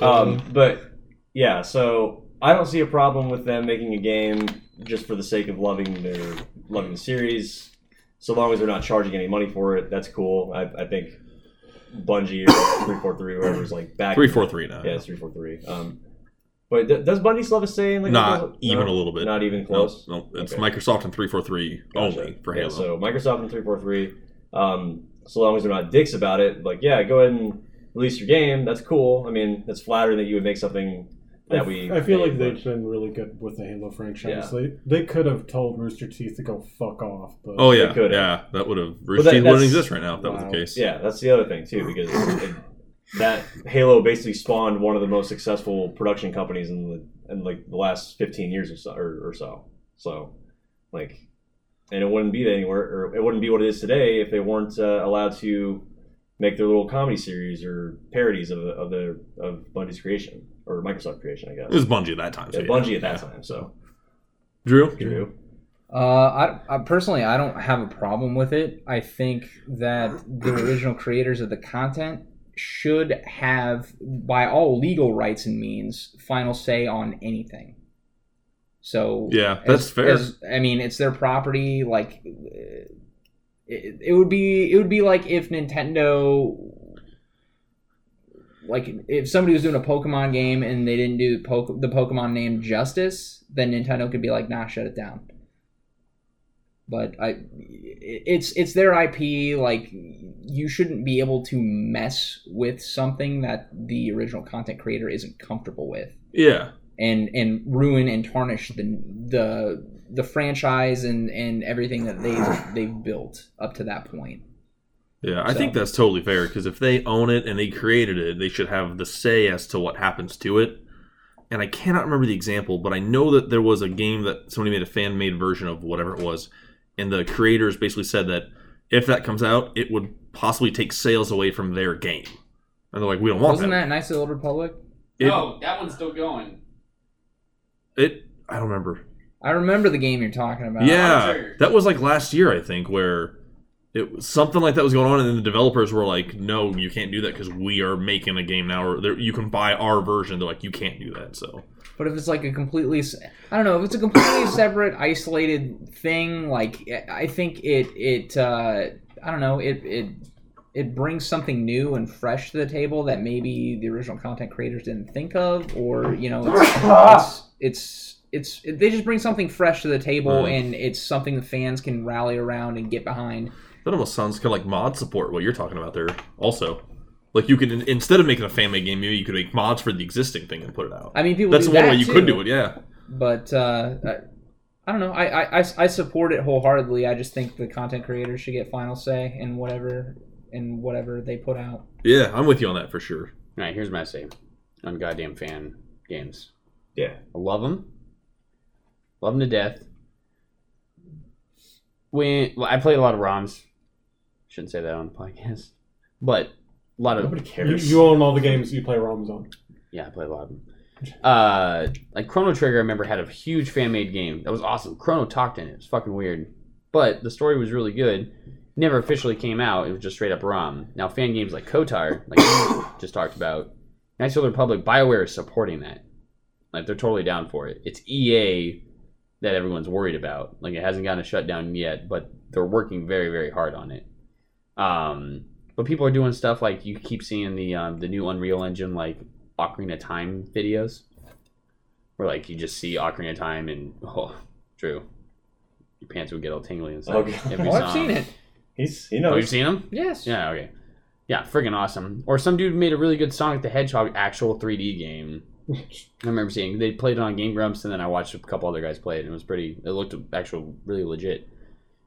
D: Um, but yeah, so I don't see a problem with them making a game just for the sake of loving their loving the series. So long as they're not charging any money for it, that's cool. I, I think Bungie or three four three, whoever's like back
E: Three four three now.
D: Yeah, it's three four three. Um, but d- does Bungie still have a say? in, Like,
E: Not
D: no,
E: even a little bit.
D: Not even
E: No,
D: close.
E: no, it's
D: Okay.
E: Microsoft and 343
D: Gotcha.
E: only for
D: Yeah,
E: Halo.
D: so Microsoft and 343, um, so long as they're not dicks about it, like, yeah, go ahead and release your game. That's cool. I mean, it's flattering that you would make something
B: I,
D: that we.
B: I feel like
D: made,
B: they've
D: but-
B: been really good with the Halo franchise. They, they could have told Rooster Teeth to go fuck off, but
E: oh yeah,
D: could've.
E: yeah, that would have
D: that-
E: Rooster Teeth wouldn't
D: that's-
E: exist right now if that was
B: Wow.
E: the case.
D: Yeah, that's the other thing, too, because it, that Halo basically spawned one of the most successful production companies in, the, in like, the last 15 years or so. Or, or so. so, like, and it wouldn't be anywhere, or it wouldn't be what it is today if they weren't uh, allowed to make their little comedy series or parodies of of the of Bungie's creation or Microsoft creation, I
E: It
D: guess.
E: was Bungie at that time. So
D: Yeah,
E: yeah.
D: Bungie at that time, so
E: Drew,
D: Drew.
C: Uh, I, I personally, I don't have a problem with it. I think that the original creators of the content should have, by all legal rights and means, final say on anything. So
E: Yeah, that's
C: as-
E: fair.
C: as- I mean, it's their property. Like, uh, it, it would be it would be like if Nintendo, like if somebody was doing a Pokemon game and they didn't do poke, the Pokemon name justice, then Nintendo could be like, nah, shut it down. But I, it's it's their IP. Like, you shouldn't be able to mess with something that the original content creator isn't comfortable with
E: yeah,
C: and and ruin and tarnish the the the franchise and and everything that they they've built up to that point.
E: yeah, I
C: So-
E: think that's totally fair because if they own it and they created it, they should have the say as to what happens to it. And I cannot remember the example, but I know that there was a game that somebody made a fan made version of whatever it was, and the creators basically said that if that comes out, it would possibly take sales away from their game. And they're like, we don't want
C: Wasn't that Knights of the Old Republic?
E: It-
A: no, Oh, that one's still going.
E: It I don't remember.
C: I remember the game you're talking
D: Uh,
C: about.
E: yeah,
A: Hunter.
E: that was like last year, I think, where it was something like that was going on, and then the developers were like, "No, you can't do that because we are making a game now, or there- you can buy our version." They're like, "You can't do that." So
C: But if it's like a completely, s- I don't know, if it's a completely separate, isolated thing, like I I think it it uh, I don't know it it it brings something new and fresh to the table that maybe the original content creators didn't think of, or you know, it's it's, it's, it's they just bring something fresh to the table,
E: Right.
C: and it's something the fans can rally around and get behind.
E: that almost sounds kind of like mod support, what you're talking about there, also. Like you could instead of making a fan made game, maybe you could make mods for the existing thing and put it out.
C: I mean, people.
E: That's
C: do
E: one
C: that
E: way you
C: too.
E: could do it, yeah.
C: but uh, I, I don't know. I, I- I, I support it wholeheartedly. I just think the content creators should get final say in whatever in whatever they put out.
E: Yeah, I'm with you on that for sure.
A: All right, here's my say on goddamn fan games.
D: Yeah.
A: I love them. Love them to death. When well, I play a lot of ROMs. Shouldn't say that on the podcast. But a lot of
D: Nobody
B: you,
D: cares.
B: you own all the games you play ROMs on.
A: yeah, I played a lot of them. Uh, like Chrono Trigger, I remember had a huge fan made game that was awesome. Chrono talked in it. It was fucking weird, but the story was really good. Never officially came out. It was just straight up ROM. Now fan games like Kotar, like you just talked about, Knights of the Old Republic, Bioware is supporting that. Like they're totally down for it. It's EA that everyone's worried about. Like it hasn't gotten a shutdown yet, but they're working very very hard on it. Um, but people are doing stuff like you keep seeing the um, the new Unreal Engine like Ocarina of Time videos, where like you just see Ocarina of Time and oh, Drew, your pants would get all tingly and stuff.
D: Okay.
A: if
C: Oh,
A: we
C: I've
A: saw 'em.
C: seen it.
D: He's, he
A: Oh,
D: knows.
A: you've seen them?
C: Yes.
A: Yeah. Okay. Yeah, friggin' awesome. Or some dude made a really good Sonic the Hedgehog actual 3D game. I remember seeing they played it on Game Grumps, and then I watched a couple other guys play it, and it was pretty. It looked actual really legit.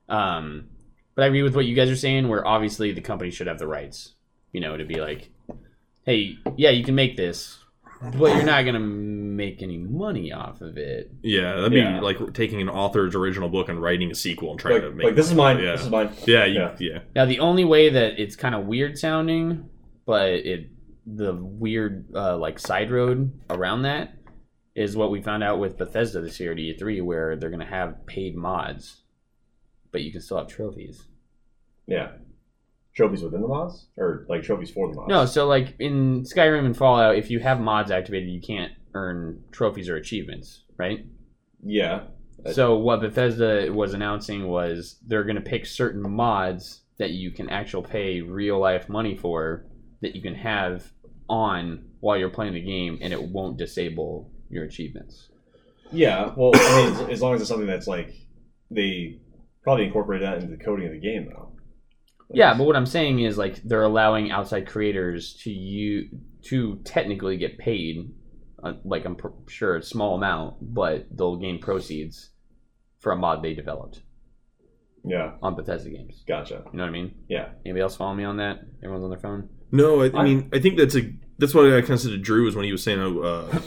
A: Um, but I agree with what you guys are saying, where obviously the company should have the rights, you know, to be like, hey, yeah, you can make this, but you're not gonna make any money off of it.
E: Yeah, that'd be
D: Yeah.
E: like taking an author's original book and writing a sequel and trying
D: like,
E: to make
D: like, this is mine.
E: Yeah.
D: This is mine.
E: Yeah, you,
D: Yeah.
E: yeah.
A: Now, the only way that it's kind of weird sounding, but it the weird uh, like side road around that is what we found out with Bethesda this year at E3, where they're gonna have paid mods, but you can still have trophies.
D: Yeah. trophies within the mods or like trophies for the mods?
A: No, so like in Skyrim and Fallout, if you have mods activated, you can't earn trophies or achievements, right?
D: Yeah. I-
A: So what Bethesda was announcing was they're going to pick certain mods that you can actually pay real life money for that you can have on while you're playing the game, and it won't disable your achievements.
D: Yeah. Well, I mean, as, as long as it's something that's like they probably incorporate that into the coding of the game though. Like,
A: Yeah, but what I'm saying is like they're allowing outside creators to you to technically get paid, uh, like I'm pr- sure a small amount, but they'll gain proceeds for a mod they developed
D: yeah.
A: on Bethesda games.
D: Gotcha.
A: You know what I mean?
D: Yeah.
A: Anybody else follow me on that? Everyone's on their phone.
E: No, I, I
D: I-
E: mean, I think that's a that's what I considered Drew was when he was saying, uh, I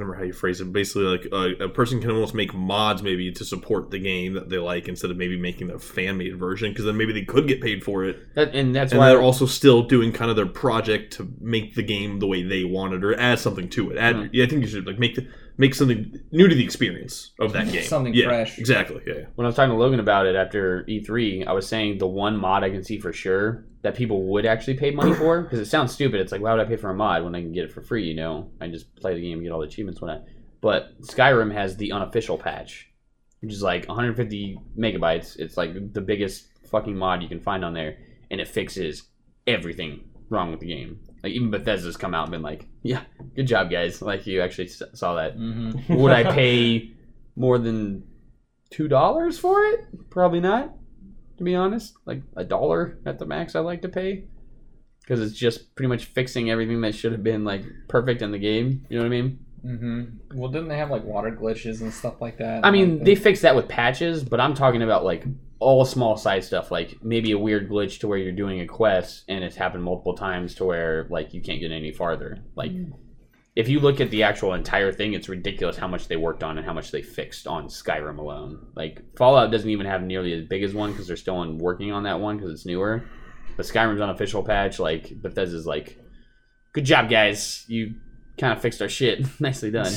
E: don't remember how you phrase it. Basically, like uh, a, a person can almost make mods maybe to support the game that they like instead of maybe making a fan made version because then maybe they could get paid for it,
A: That and that's
E: and
A: why
E: they're also still doing kind of their project to make the game the way they want it or add something to it. Add,
A: Mhm.
E: yeah, I think you should like make the, make something new to the experience of that game.
C: Something
E: yeah,
C: fresh.
E: Exactly. Yeah. yeah.
A: when I was talking to Logan about it after E3, I was saying the one mod I can see for sure that people would actually pay money for because it sounds stupid. It's like why would I pay for a mod when I can get it for free? You know, I just play the game, and get all the achievements, when I. But Skyrim has the unofficial patch, which is like 150 megabytes. It's like the biggest fucking mod you can find on there, and it fixes everything wrong with the game. Like even Bethesda's come out and been like, "Yeah, good job, guys. Like you actually s- saw that."
C: hmm
A: would I pay more than two dollars for it? Probably not. To be honest, like a dollar at the max, I like to pay because it's just pretty much fixing everything that should have been like perfect in the game. You know what I mean?
C: hmm Well, didn't they have like water glitches and stuff like that?
A: I mean,
C: Like,
A: they fixed that with patches, but I'm talking about like all small side stuff, like maybe a weird glitch to where you're doing a quest and it's happened multiple times to where like you can't get any farther. Like
C: Hmm.
A: if you look at the actual entire thing, it's ridiculous how much they worked on and how much they fixed on Skyrim alone. Like Fallout doesn't even have nearly as big as one because they're still on working on that one because it's newer. But Skyrim's unofficial patch, like Bethesda's like, good job guys, you kind of fixed our shit, nicely done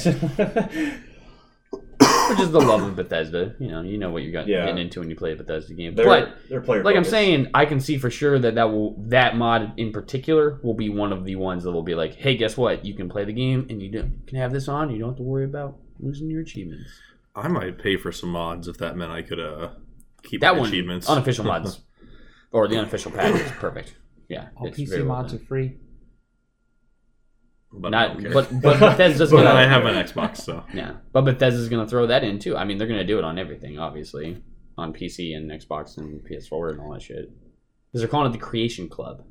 A: which is the love of Bethesda. You know, you know what you're got-
D: Yeah.
A: getting into when you play a Bethesda game.
D: They're,
A: but
D: they're player.
A: like I'm
D: focused.
A: saying, I can see for sure that that will that mod in particular will be one of the ones that will be like, hey, guess what? You can play the game and you don't, can have this on. You don't have to worry about losing your achievements.
E: I might pay for some mods if that meant I could uh, keep
A: That
E: my
A: one,
E: achievements.
A: unofficial mods, or the unofficial patch is perfect. Yeah,
C: all
A: it's
C: PC
A: very well
C: mods
A: done.
C: are free.
E: But I don't
A: not,
E: care.
A: but but Bethesda's
E: But I
A: gonna
E: have an Xbox, so
A: yeah, but Bethesda's gonna throw that in too. I mean, they're gonna do it on everything, obviously, on PC and Xbox and PS4 and all that shit. Because they're calling it the Creation Club,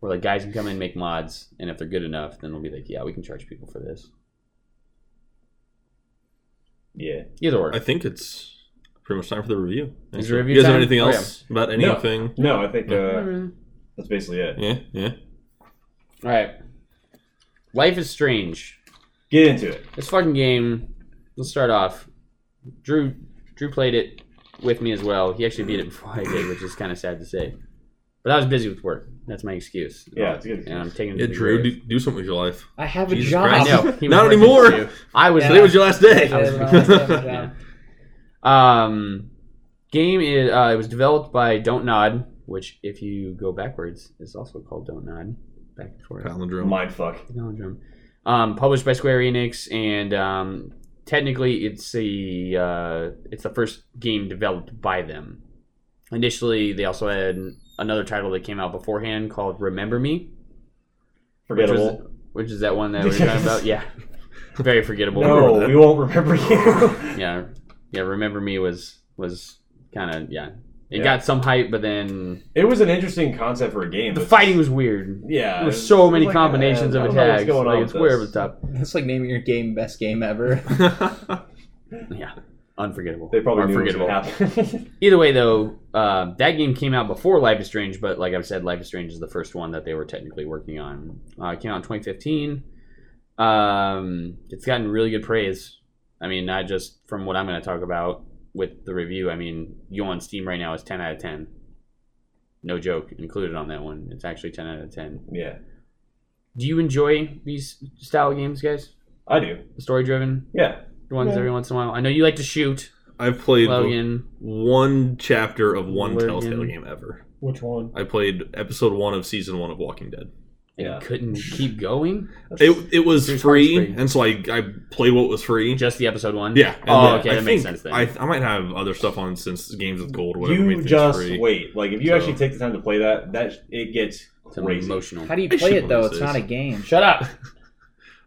A: where like guys can come in and make mods, and if they're good enough, then we'll be like, yeah, we can charge people for this.
D: Yeah.
A: Either or,
E: I think it's pretty much time for the review.
A: Is it review
E: you guys have
A: time?
E: anything
A: Oh, yeah.
E: else about
D: No.
E: anything?
D: No, I think uh,
A: all
D: that's basically it.
E: Yeah, yeah.
A: right. Life is strange.
D: Get into it.
A: This fucking game. Let's start off. Drew, Drew played it with me as well. He actually beat it before I did, which is kind of sad to say. But I was busy with work. That's my excuse.
D: Yeah, it's a good.
A: and I'm taking. it
E: Yeah,
A: to the
E: Drew,
A: grave.
E: do, do something with your life.
C: I have
E: Jesus
C: a job.
A: I
E: Christ.
A: know. He was
E: Not
A: working
E: anymore.
A: too. I was.
E: Today was your last day.
C: I have a job.
A: Um, game is. Uh, it was developed by Don't Nod, which, if you go backwards, is also called Don't Nod. Back and forth.
E: Palindrome.
D: Mind fuck.
A: Palindrome. Um, published by Square Enix, and um, technically, it's the uh, it's the first game developed by them. Initially, they also had another title that came out beforehand called Remember Me, which, was,
D: Forgettable.
A: which is that one that we were talking about. Yeah, very forgettable.
E: remember
D: No,
E: that.
D: we won't remember you.
A: yeah yeah remember me was was kind of yeah it
D: Yeah.
A: got some hype but then
D: it was an interesting concept for a game.
A: the
D: but-
A: fighting was weird
D: Yeah.
A: there
D: it
A: were
D: was-
A: so
D: it
A: many
D: was like,
A: combinations
D: uh, I
A: of
D: don't know what's
A: attacks
D: going on
A: like
D: with
A: it's weird
D: this.
A: with top
C: That's like naming your game best game ever.
A: yeah unforgettable
D: They probably knew what
A: unforgettable
D: was happening.
A: either way though uh, that game came out before life is strange but like i've said life is strange is the first one that they were technically working on uh, it came out in 2015 um, it's gotten really good praise i mean not just from what i'm going to talk about with the review i mean you on steam right now is 10 out of 10 no joke included on that one it's actually 10 out of 10
D: yeah,
A: do you enjoy these style games guys
D: I do.
A: story driven
D: Yeah,
A: ones
B: Yeah.
A: every once in a while i know you like to shoot
E: I've played
A: logan
E: one chapter of one
A: Logan.
E: Telltale game ever.
B: Which one?
E: I played episode one of season one of Walking Dead.
A: And
D: Yeah.
A: couldn't keep going.
E: It, it was
A: Here's
E: free,
A: Harvest Moon.
E: and so I, I played what was free.
A: Just the episode one.
E: Yeah. and
A: Oh,
E: then
A: okay,
E: I
A: that makes
E: think
A: sense then.
E: I, I might have other stuff on since Games with Gold. Whatever. made
D: You
E: things
D: just
E: free.
D: wait. Like if you
E: So-
D: actually take the time to play that, that it gets
A: It's
D: crazy.
A: emotional.
C: How do you
E: I
C: play
E: should
C: it though?
E: one of
C: It's
E: these.
C: not a game.
A: Shut up.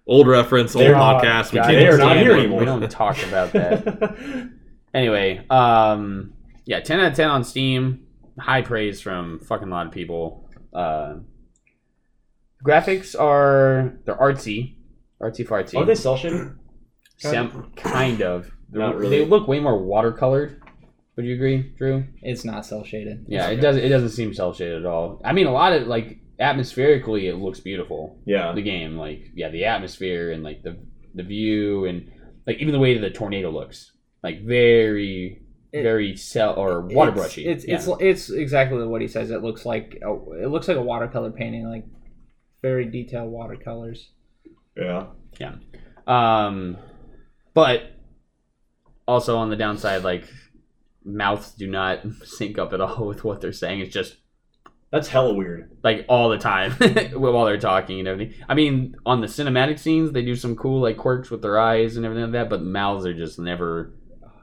E: Old reference, old
D: They're
B: not-
E: podcast. We
D: God,
E: can't
D: they are not
E: stand
D: here
E: it.
D: anymore.
A: We don't talk about that. anyway, um, yeah, ten out of ten on Steam. High praise from fucking lot of people. Uh, graphics are they're artsy, artsy fartsy.
D: Are they cell shaded?
A: Some, Oh, kind of. They're-
D: Not really.
A: They look way more watercolored. Would you agree, Drew?
C: It's not cell shaded.
A: Yeah, it doesn't. It doesn't seem cel shaded at all. I mean, a lot of like atmospherically, it looks beautiful.
D: Yeah.
A: The game, like yeah, the atmosphere and like the the view and like even the way that the tornado looks, like very
C: It-
A: very cell or water
C: it's,
A: brushy.
C: It's
A: yeah.
C: it's it's exactly what he says. It looks like a, it looks like a watercolor painting, like very detailed watercolors.
D: Yeah.
A: Um, but also on the downside, like mouths do not sync up at all with what they're saying. It's just
D: That's hella weird.
A: like all the time while they're talking and everything. I mean, on the cinematic scenes, they do some cool like quirks with their eyes and everything like that, but mouths are just never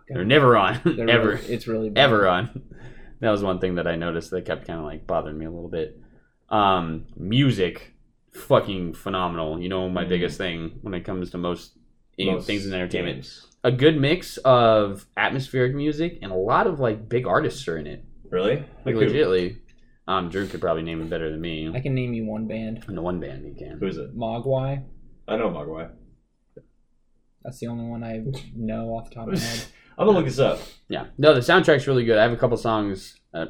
A: they're never on
C: They're
A: ever
C: really- it's really bad.
A: ever on. That was one thing that I noticed that kept kind of like bothering me a little bit. Um, music, fucking phenomenal. You know my
D: Mhm.
A: biggest thing when it comes to most, you know,
D: Most
A: things in entertainment.
D: games.
A: A good mix of atmospheric music and a lot of like big artists are in it.
D: Really?
A: Like
D: who?
A: legitly, um, Drew could probably name it better than me.
C: I can name you one band,
A: In the one band he can.
D: Who is it?
C: Mogwai.
D: I know Mogwai.
C: That's the only one I know off the
A: Oh,
C: top
D: I'm
C: of my head.
D: gonna look this up.
A: Yeah. No, the soundtrack's really good. I have a couple songs uh,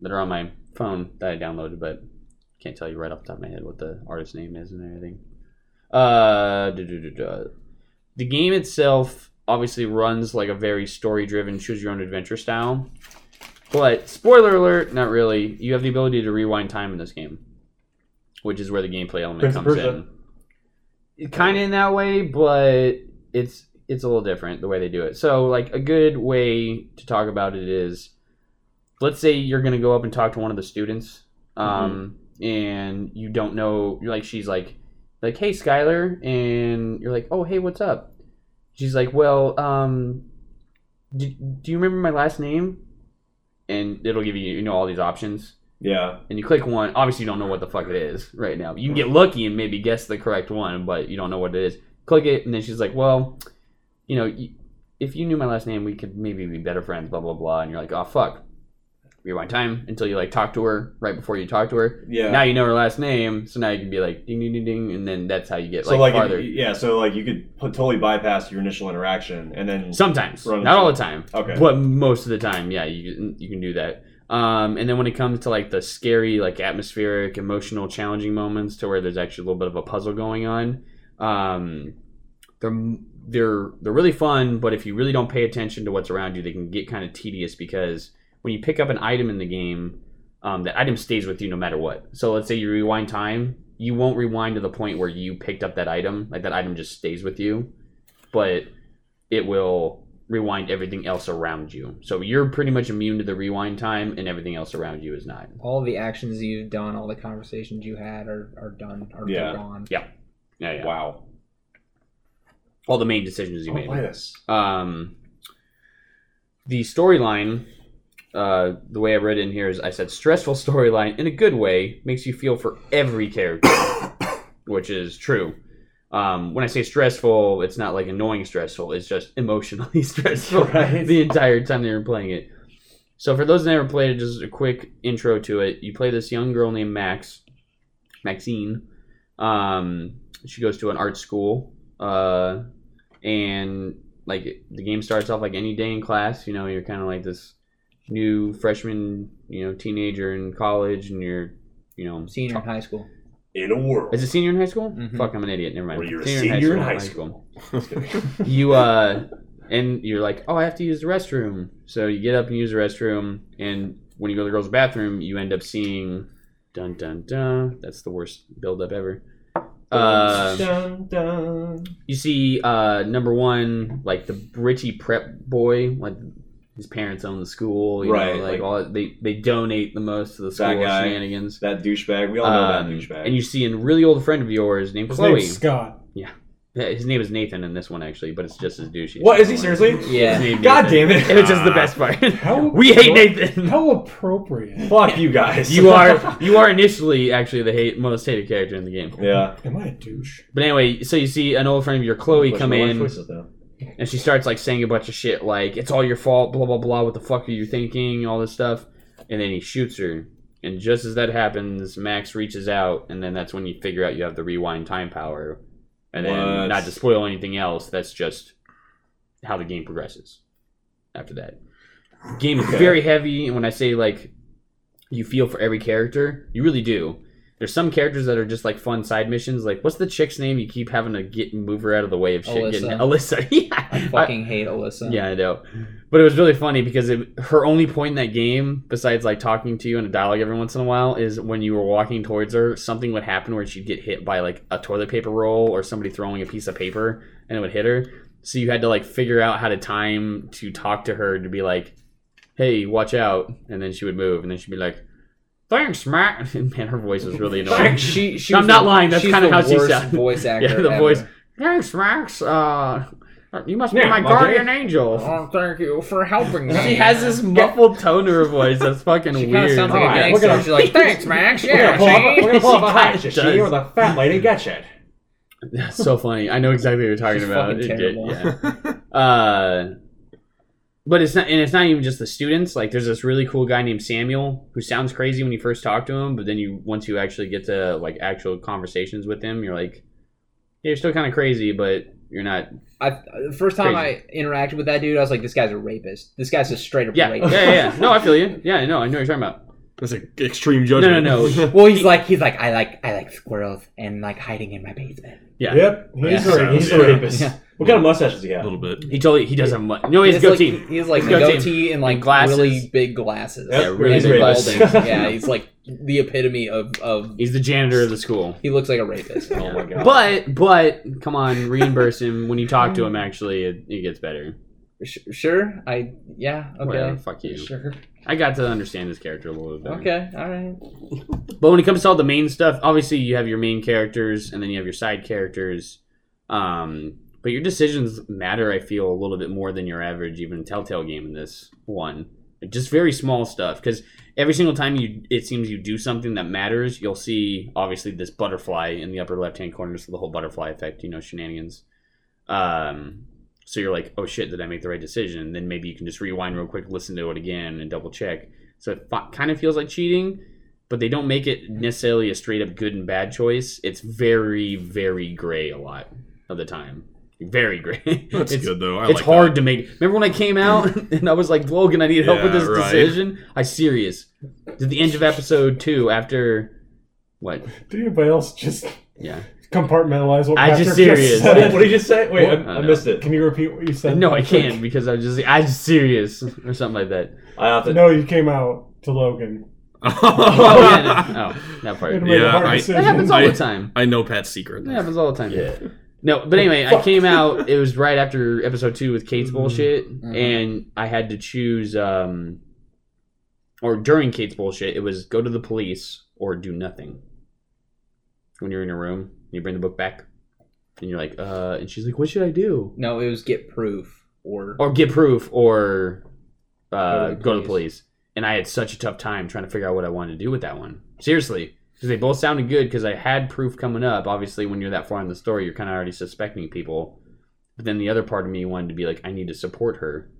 A: that are on my phone that I downloaded, but can't tell you right off the top of my head what the artist name is and everything. Uh, duh, duh, duh, duh. the game itself obviously runs like a very story-driven, choose-your-own-adventure style. But spoiler alert, not really. You have the ability to rewind time in this game, which is where the gameplay element
D: Prince of
A: comes
D: Persia.
A: in. Kind of in that way, but it's it's a little different the way they do it. So like a good way to talk about it is, let's say you're gonna go up and talk to one of the students, um, and you don't know, you're like she's like, like hey Skylar, and you're like oh hey what's up? She's like well um, do, do you remember my last name? And it'll give you you know all these options
D: Yeah.
A: and you click one, obviously you don't know what the fuck it is right now. You can get lucky and maybe guess the correct one, but you don't know what it is. Click it, and then she's like, "Well, you know, y- if you knew my last name, we could maybe be better friends." Blah blah blah, and you're like, "Oh fuck." Rewind time until you like talk to her right before you talk to her.
D: Yeah.
A: Now you know her last name, so now you can be like ding ding ding ding, and then that's how you get
D: so
A: like,
D: like, if-
A: farther.
D: yeah. So like, you could put, totally bypass your initial interaction, and then
A: Sometimes,
D: Run
A: not all
D: into-
A: the time.
D: okay.
A: But most of the time, yeah, you can- you can do that. Um, and then when it comes to like the scary, like atmospheric, emotional, challenging moments, to where there's actually a little bit of a puzzle going on, um, they're they're they're really fun. But if you really don't pay attention to what's around you, they can get kind of tedious because when you pick up an item in the game, um, that item stays with you no matter what. So let's say you rewind time, you won't rewind to the point where you picked up that item. Like that item just stays with you, but it will rewind everything else around you. So you're pretty much immune to the rewind time, and everything else around you is not.
C: All the actions you've done, all the conversations you had are, are done, are
D: Yeah.
C: gone.
A: Yeah, yeah.
D: wow.
A: All the main decisions you
D: I'll
A: made.
D: play this.
A: Um, the storyline, uh, the way I read it in here is I said stressful storyline in a good way makes you feel for every character, which is true. Um, when I say stressful, it's not like annoying stressful. It's just emotionally stressful
D: Right.
A: the entire time they were playing it. So for those that never played it, just a quick intro to it. You play this young girl named Max, Maxine. Um, she goes to an art school, uh, and like the game starts off like any day in class. You know, you're kind of like this new freshman, you know, teenager in college, and you're, you know,
C: Senior in high school.
D: In a world.
A: is it senior in high school?
C: Mhm.
A: Fuck, I'm an idiot. Never mind.
D: Mm-hmm. Well, you're a senior in high
A: you uh, and you're like, oh, I have to use the restroom. So you get up and use the restroom, and when you go to the girls' bathroom, you end up seeing, dun dun dun. That's the worst buildup ever. Uh,
D: dun, dun.
A: you see uh number one like the richie prep boy like his parents own the school, you
D: Right,
A: Know, like,
D: like-
A: all they they donate the most to the school
D: guy.
A: shenanigans.
D: That douchebag. We all know that
A: Um,
D: douchebag.
A: and you see a really old friend of yours named
B: His
A: Chloe.
B: name's Scott.
A: Yeah, His name is Nathan in this one actually, but it's just as douchey.
D: what is he seriously? Ah.
A: His
C: Yeah.
A: name
D: God
A: Nathan.
D: damn it!
A: Which is the best part.
B: How
A: we hate
B: what-
A: Nathan.
B: How appropriate.
D: Fuck you guys.
A: You are you are initially actually the hate, most hated character in the game.
D: Yeah.
B: Am I a douche?
A: But anyway, so you see an old friend of your Chloe
D: Push
A: Oh, come
D: my life
A: in
D: choices now.
A: and she starts like saying a bunch of shit like it's all your fault, blah blah blah. What the fuck are you thinking? All this stuff, and then he shoots her. And just as that happens, Max reaches out, and then that's when you figure out you have the rewind time power. And then,
D: What?
A: not to spoil anything else, that's just how the game progresses. After that, the game is
D: Okay.
A: very heavy, and when I say like you feel for every character, you really do. There's some characters that are just like fun side missions. Like, what's the chick's name? You keep having to get move her out of the way of shit.
C: Alyssa.
A: Getting, Alyssa. Yeah.
C: I fucking hate Alyssa.
A: Yeah, I know. But it was really funny because it, her only point in that game, besides like talking to you in a dialogue every once in a while, is when you were walking towards her, something would happen where she'd get hit by like a toilet paper roll or somebody throwing a piece of paper and it would hit her. So you had to like figure out how to time to talk to her to be like, hey, watch out. And then she would move and then she'd be like, thanks, Matt. And man, her voice was really annoying.
C: She, she
A: I'm
C: was
A: not
C: the-
A: lying, that's
C: she's
A: kinda
C: the
A: how she
C: worst
A: sounded.
C: voice actor.
A: Yeah, the
C: ever.
A: voice. thanks, Max. Uh, you must be
D: Yeah,
A: my
D: my
A: guardian angel.
C: Oh, thank you for helping me.
A: She has this muffled tone to her voice that's fucking
C: She kind
A: weird.
C: of sounds like
D: All
C: a
D: right,
C: gangster.
D: Oh, we're gonna-
C: She's like, thanks, Max. Yeah,
D: We're gonna pull up-
C: see?
D: we're gonna pull up a
A: She
D: hot
A: kinda
D: shit. See,
A: does.
D: Or the fat lady get you.
A: That's so funny. I know exactly what you're talking
C: She's
A: about.
C: fucking
A: It did-
C: terrible.
A: yeah. Uh, but it's not, and it's not even just the students. Like, there's this really cool guy named Samuel who sounds crazy when you first talk to him, but then you once you actually get to like actual conversations with him, you're like, yeah, you're still kind of crazy, but you're not.
C: I, the first time I interacted with that dude, I was like, this guy's a rapist. This guy's a straight up
A: Yeah, yeah,
C: rapist.
A: yeah, yeah. No, I feel you. Yeah, I know. I know what you're talking about.
E: That's an extreme
A: No, no,
E: judgment.
A: no.
C: Well, he's like, he's like, I like, I like squirrels and like hiding in my basement.
A: Yeah.
D: Yep. He's
E: Yeah.
D: a he's a
E: Yeah.
D: rapist.
C: Yeah.
D: What kind of mustache does he
E: A
D: have?
E: little bit.
A: He totally he does have money. No, he has
C: He has,
A: goatee.
C: Like, he has like
A: He's
C: a
A: goatee.
C: goatee, and like
A: And glasses.
C: really big glasses.
D: Yep.
A: Yeah, really
C: And
A: big
D: rapist.
C: balding. yeah, he's like the epitome of of.
A: He's the janitor of the school.
C: He looks like a rapist.
D: Oh my god.
A: But but come on, reimburse him when you talk to him.
C: Mm.
A: Actually, it, it gets better.
C: Sh- sure, I yeah okay.
A: Whatever, fuck you.
C: Sure.
A: I got to understand his character a little bit better.
C: Okay. All right.
A: But when it comes to all the main stuff, obviously you have your main characters and then you have your side characters. Um, but your decisions matter, I feel, a little bit more than your average even Telltale game in this one. Just very small stuff because every single time you it seems you do something that matters, you'll see obviously this butterfly in the upper left hand corner, so the whole butterfly effect, you know, shenanigans. Um, so you're like, oh shit, did I make the right decision? Then maybe you can just rewind real quick, listen to it again, and double check. So it fi- kind of feels like cheating, but they don't make it necessarily a straight up good and bad choice. It's very, very gray a lot of the time. Very gray.
E: That's
A: it's
E: good though. I
A: it's
E: like
A: hard to make. Remember when I came out and I was like, Logan, I need help with
E: Yeah,
A: this
E: right.
A: decision? I serious. At the end of episode two, after what?
B: Did anybody else just
A: Yeah.
B: compartmentalize what
A: I
B: Patrick
A: just serious.
B: just
D: what
B: said?
D: did you say? Wait, I,
A: I
D: I
A: know.
D: missed it.
B: Can you repeat what you said?
A: No, I can't because I was just I'm serious or something like that.
D: I have to.
B: No, you came out to Logan.
E: that.
A: Oh, yeah, no. oh that
B: You had
A: part.
B: to make a
E: Yeah,
B: hard
E: I-
A: That
B: decision.
A: happens all the
E: I-
A: time.
E: I know Pat's secret.
A: That happens all the time.
D: Yeah.
A: No, but anyway, I came out. It was right after episode two with Kate's bullshit,
C: Mhm.
A: and I had to choose. um Or during Kate's bullshit, it was go to the police or do nothing. When you're in your room, you bring the book back, and you're like, uh, and she's like, "What should I do?"
C: No, it was get proof or
A: Or get proof, or uh,
C: Go to the
A: go to the police.
C: police.
A: And I had such a tough time trying to figure out what I wanted to do with that one. Seriously, because they both sounded good. Because I had proof coming up. Obviously, when you're that far in the story, you're kind of already suspecting people. But then the other part of me wanted to be like, I need to support her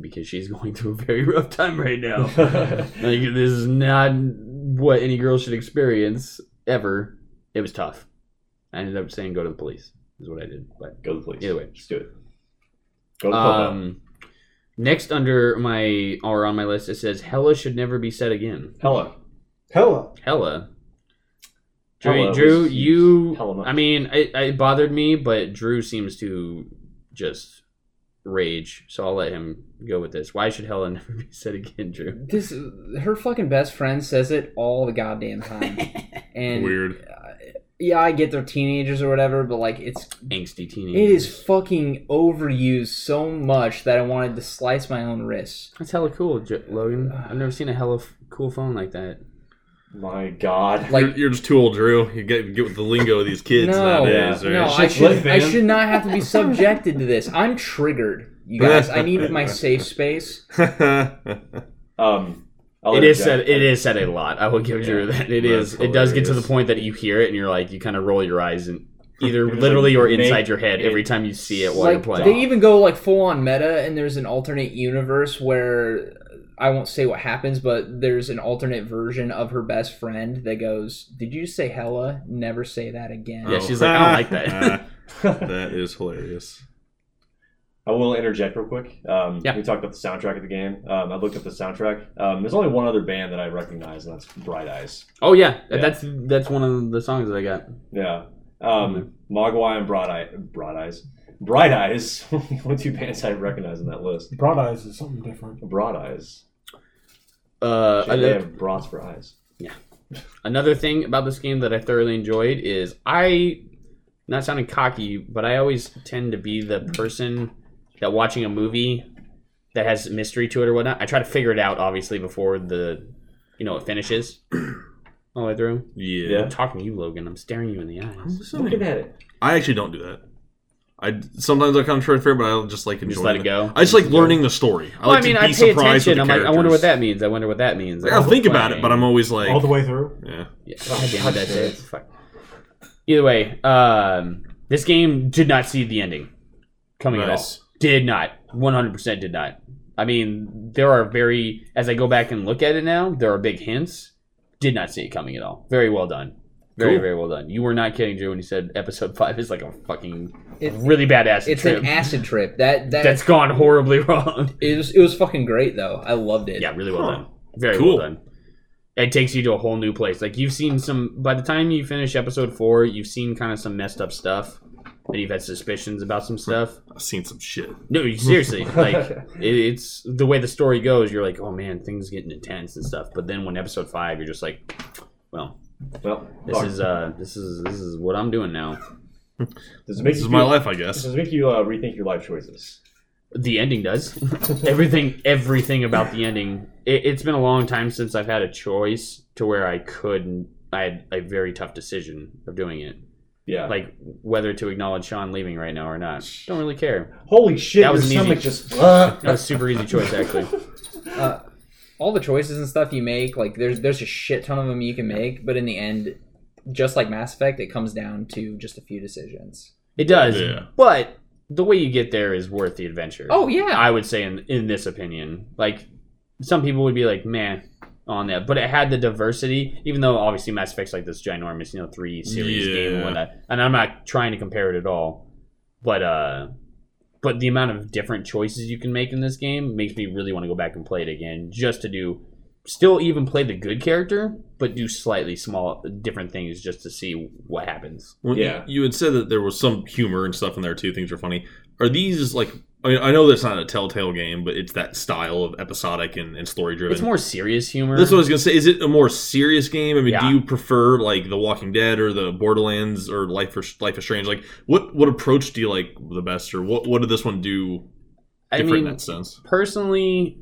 A: because she's going through a very rough time right now. like this is not what any girl should experience ever. It was tough. I ended up saying go to the police. Is what I did, but.
D: Go to the police.
A: Either way.
D: Just do it. Go to the um,
A: Um, next under my or on my list, it says Hella should never be said again.
D: Hella.
B: Hella.
A: Hella. Drew,
D: Hella
A: Drew,
D: was
A: you.
D: hella much.
A: I mean, it, it bothered me, but Drew seems to just rage, so I'll let him go with this. Why should Hella never be said again, Drew?
C: this. Her fucking best friend says it all the goddamn time, and
E: Weird.
C: yeah, I get they're teenagers or whatever, but like it's
A: Angsty teenagers.
C: it is
E: Mm-hmm.
C: fucking overused so much that I wanted to slice my own wrists.
A: That's hella cool, J- Logan. I've never seen a hella f- cool phone like that.
D: My God.
C: Like
E: you're, you're just too old, Drew. You get get with the lingo of these kids
C: No.
E: nowadays.
D: Yeah.
E: right?
C: No,
D: It's
C: I
D: just
C: should
D: lit,
C: I
D: man.
C: should not have to be subjected to this. I'm triggered. You guys, I needed my safe space.
D: Um, I'll
A: It
D: let
A: is
D: Jack-
A: said. It is said a lot. I will give you that. It
E: That's
A: is. It does get to the
E: hilarious.
A: point that you hear it and you're like, you kind of roll your eyes and either
D: It was
A: literally
D: like,
A: or inside
D: make
A: your head
D: it
A: every time you see it while
C: Like
A: you're
C: they
A: playing.
C: even go like full on meta, and there's an alternate universe where I won't say what happens, but there's an alternate version of her best friend that goes, "Did you say hella? Never say that again."
A: Yeah, she's like, I don't like that.
E: that is hilarious.
D: I will interject real quick. Um,
A: Yeah.
D: We talked about the soundtrack of the game. Um, I looked up the soundtrack. Um, there's only one other band that I recognize, and that's Bright Eyes.
A: Oh yeah,
D: Yeah.
A: that's that's one of the songs that I got.
D: Yeah. Um,
A: Mm-hmm.
D: Mogwai and Broad, Eye, Broad Eyes. Bright Eyes. the only two bands I recognize on that list.
B: Broad eyes is something different.
D: Broad Eyes.
A: Uh,
D: Shit,
A: I-
D: they have broads for eyes.
A: another thing about this game that I thoroughly enjoyed is I, not sounding cocky, but I always tend to be the person that watching a movie that has mystery to it or whatnot. I try to figure it out obviously before the, you know, it finishes all the way through.
E: Yeah.
A: I'm talking to you, Logan. I'm staring you in the eyes.
D: Looking at it.
E: I actually don't do that. I sometimes I come to fair, but I just like
A: You
E: enjoy.
A: just let it go.
E: I just like learning the story. I
A: Well,
E: like
A: I mean,
E: to
A: I
E: be
A: pay
E: surprised
A: attention.
E: with
A: I'm
E: the
A: like, I wonder what
E: characters.
A: that means. I wonder what that means.
E: Like, I'll think about it, but I'm always like,
B: All the way through.
E: yeah.
A: Yeah.
D: Oh,
A: Damn it,
D: God
A: that's
D: damn
A: it.
D: it.
A: Fuck. Either way, um, this game did not see the ending coming
E: Nice.
A: at all. Did not. 100% did not. I mean, there are very, as I go back and look at it now, there are big hints. Did not see it coming at all. Very well done. Very,
E: Cool.
A: very well done. You were not kidding, Drew, when you said episode five is like a fucking
C: It-
A: really bad acid
C: It's
A: trip.
C: an acid trip. That that
A: that's gone horribly wrong.
C: it was it was fucking great though. I loved it.
A: Yeah, really well
E: Huh.
A: done. Very
E: Cool.
A: well done. It takes you to a whole new place. Like you've seen some. By the time you finish episode four, you've seen kind of some messed up stuff, and you've had suspicions about some stuff.
E: I've seen some shit.
A: No, you- seriously, like it, it's the way the story goes. You're like, oh man, things getting intense and stuff. But then when episode five, you're just like, well,
D: Well,
A: this
D: fuck.
A: is uh, this is this is what I'm doing now.
D: Does it make
E: This
D: you
E: is my
D: feel-
E: life, I
D: Does
E: guess.
D: it make you uh, rethink your life choices?
A: The ending does everything. Everything about the ending. It, it's been a long time since I've had a choice to where I could. I had a very tough decision of doing it,
D: Yeah.
A: like whether to acknowledge Sean leaving right now or not. Don't really care.
D: holy shit,
A: that
D: your
A: was an easy-
D: stomach just. Uh,
A: That was a super easy choice actually.
C: Uh, all the choices and stuff you make, like there's there's a shit ton of them you can make, but in the end, just like Mass Effect, it comes down to just a few decisions.
A: It does,
E: Yeah.
A: but the way you get there is worth the adventure.
C: Oh yeah,
A: I would say in in this opinion, like some people would be like, man, on that, but it had the diversity. Even though obviously Mass Effect's like this ginormous, you know, three series
E: Yeah.
A: game and whatnot, and I'm not trying to compare it at all, but uh, but the amount of different choices you can make in this game makes me really want to go back and play it again just to do. Still, even play the good character, but do slightly small different things just to see what happens.
E: Well,
D: Yeah.
E: You, you had said that there was some humor and stuff in there too. Things are funny. Are these like? I mean, I know that's not a Telltale game, but it's that style of episodic and, and story driven.
A: It's more serious humor.
E: That's what I was gonna say. Is it a more serious game? I mean,
A: Yeah.
E: do you prefer like The Walking Dead or the Borderlands or Life or Life is Strange? Like, what what approach do you like the best, or what what did this one do
A: I
E: different
A: mean,
E: in that sense?
A: personally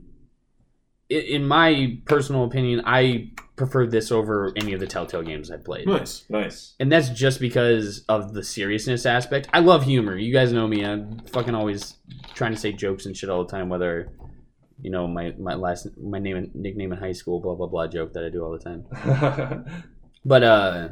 A: i- in my personal opinion i prefer this over any of the telltale games i've played
E: Nice.
D: nice.
A: and that's just because of the seriousness aspect i love humor you guys know me i'm fucking always trying to say jokes and shit all the time whether you know my, my last my name and nickname in high school blah blah blah joke that i do all the time but uh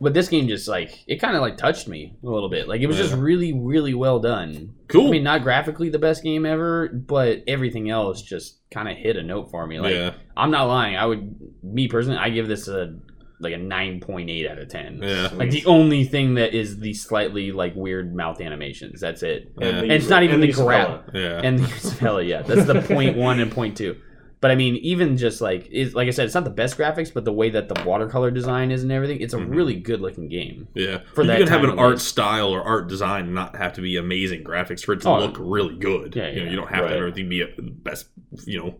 A: but this game just like it kind of like touched me a little bit like it was just
E: Yeah.
A: really really well done
E: Cool.
A: I mean, not graphically the best game ever, but everything else just kind of hit a note for me. Like,
E: yeah.
A: I'm not lying. I would, me personally, I give this a like a 9.8 out of 10.
E: Yeah.
A: Like the only thing that is the slightly like weird mouth animations. That's it.
E: Yeah.
A: And it's not even
D: and
A: the
D: use of
A: grab.
D: color.
E: Yeah.
A: And hell yeah, that's the point one and point two. But I mean, even just like is like I said, it's not the best graphics, but the way that the watercolor design is and everything, it's a
E: Mhm.
A: really good looking game.
E: yeah.
A: for
E: you
A: that
E: can have
A: time
E: an
A: of
E: art
A: life.
E: style or art design and not have to be amazing graphics for it to
A: Oh.
E: look really good.
A: Yeah,
E: You, know,
A: yeah,
E: you don't have to have
A: right.
E: everything be a, the best, you know,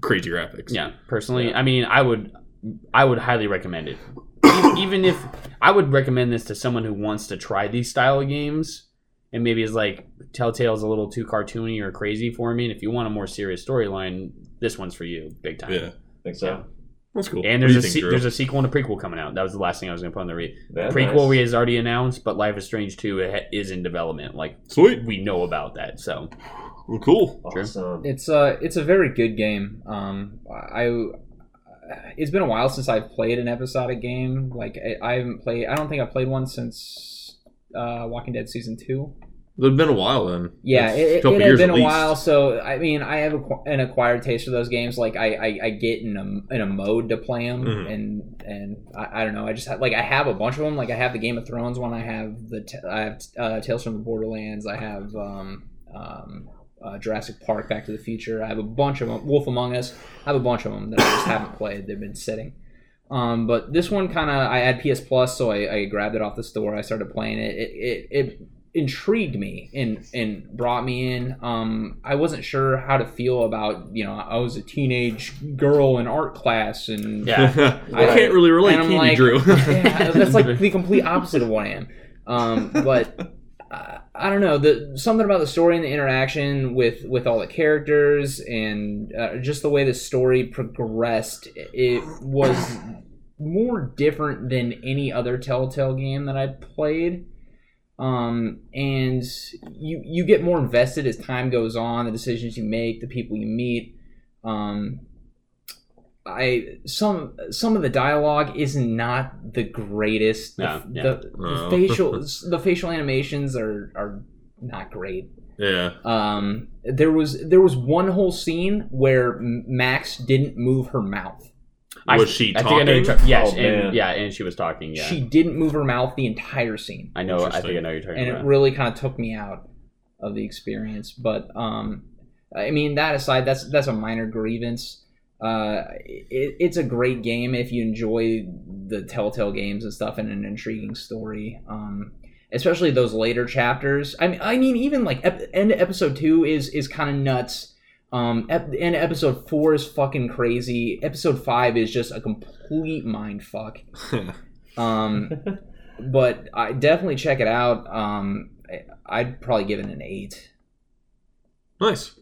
E: crazy graphics.
A: Yeah, personally, I mean, I would, I would highly recommend it. even, even if I would recommend this to someone who wants to try these style of games, and maybe is like Telltale's a little too cartoony or crazy for me. And if you want a more serious storyline, this one's for you, big time.
E: Yeah,
D: think so.
E: that's cool.
A: And
E: What
A: there's
E: do you
A: a
E: think,
A: se-
E: Drew?
A: there's a sequel and a prequel coming out. That was the last thing I was going to put on the read.
D: Yeah,
A: prequel
D: nice.
A: is already announced, but Life is Strange 2 it ha- is in development. Like
E: sweet.
A: we know about that. So
E: Well, cool.
A: Sure.
D: Awesome.
C: It's a it's a very good game. Um, I it's been a while since I've played an episodic game. Like I, I haven't played. I don't think I've played one since uh, Walking Dead season two.
E: It's been a while then.
C: Yeah,
E: It's
C: it, it,
E: couple
C: it had
E: years
C: been
E: at
C: a
E: least.
C: while. So I mean, I have a, an acquired taste for those games. Like I, I, I get in a in a mode to play them,
E: Mhm.
C: and and I, I don't know. I just have, like I have a bunch of them. Like I have the Game of Thrones one. I have the t- I have uh, Tales from the Borderlands. I have um, um, uh, Jurassic Park, Back to the Future. I have a bunch of them. Wolf Among Us. I have a bunch of them that I just haven't played. They've been sitting. Um, but this one kind of I had PS Plus, so I, I grabbed it off the store. I started playing it. It, it, it intrigued me and and brought me in. Um, I wasn't sure how to feel about you know I was a teenage girl in art class and
A: yeah,
E: I can't really relate,
C: And I'm
E: can you,
C: like-
E: Drew?
C: yeah, that's like the complete opposite of what I am. Um, but uh, I don't know the something about the story and the interaction with with all the characters and uh, just the way the story progressed. It was more different than any other Telltale game that I played. Um, and you you get more invested as time goes on, the decisions you make, the people you meet. Um, I some some of the dialogue is not the greatest. The,
A: No, yeah.
C: the
E: No.
C: facial the facial animations are are not great.
E: yeah.
C: Um, there was there was one whole scene where M- Max didn't move her mouth.
A: I-
E: Was she
A: I think I know you're
E: talking?
A: tra- yes,
D: Oh, man.
A: and, yeah, and she was talking. Yeah,
C: She didn't move her mouth the entire scene.
A: I know. I think I
E: Interesting.
A: know you're talking
C: and
A: about.
C: it really kind of took me out of the experience. But um, I mean, that aside, that's that's a minor grievance. Uh, it, it's a great game if you enjoy the Telltale games and stuff and an intriguing story. Um, especially those later chapters. I mean, I mean, even like ep- end of episode two is is kind of nuts. Um, ep- end of episode four is fucking crazy. Episode five is just a complete mind fuck. Um, but I definitely check it out. Um, I- I'd probably give it an eight.
E: nice.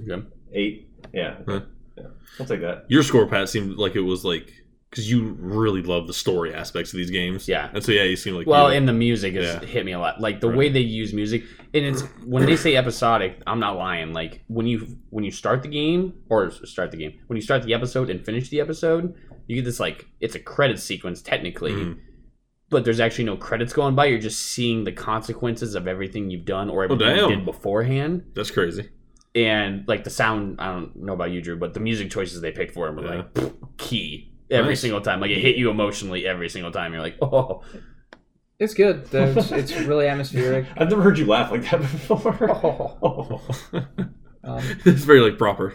A: Okay.
D: Eight. Yeah.
E: Huh.
D: yeah. I'll take that.
E: Your score, Pat, seemed like it was like because you really love the story aspects of these games.
A: Yeah.
E: and so yeah, you seem like
A: Well,
E: you-
A: and the music has
E: Yeah.
A: hit me a lot. Like the
E: Right.
A: way they use music, and it's when they say episodic, I'm not lying. Like when you when you start the game or s- start the game, when you start the episode and finish the episode, you get this like it's a credit sequence technically,
E: Mhm.
A: but there's actually no credits going by. You're just seeing the consequences of everything you've done or
E: Oh,
A: everything you
E: damn.
A: did beforehand.
E: that's crazy.
A: And like the sound, I don't know about you, Drew, but the music choices they picked for him were
E: Yeah.
A: like pfft, key every
E: Nice.
A: single time. Like it hit you emotionally every single time. You're like, oh,
C: It's good. though. It's, it's really atmospheric.
D: I've never heard you laugh like that before.
E: Oh.
C: Um,
E: it's very like proper.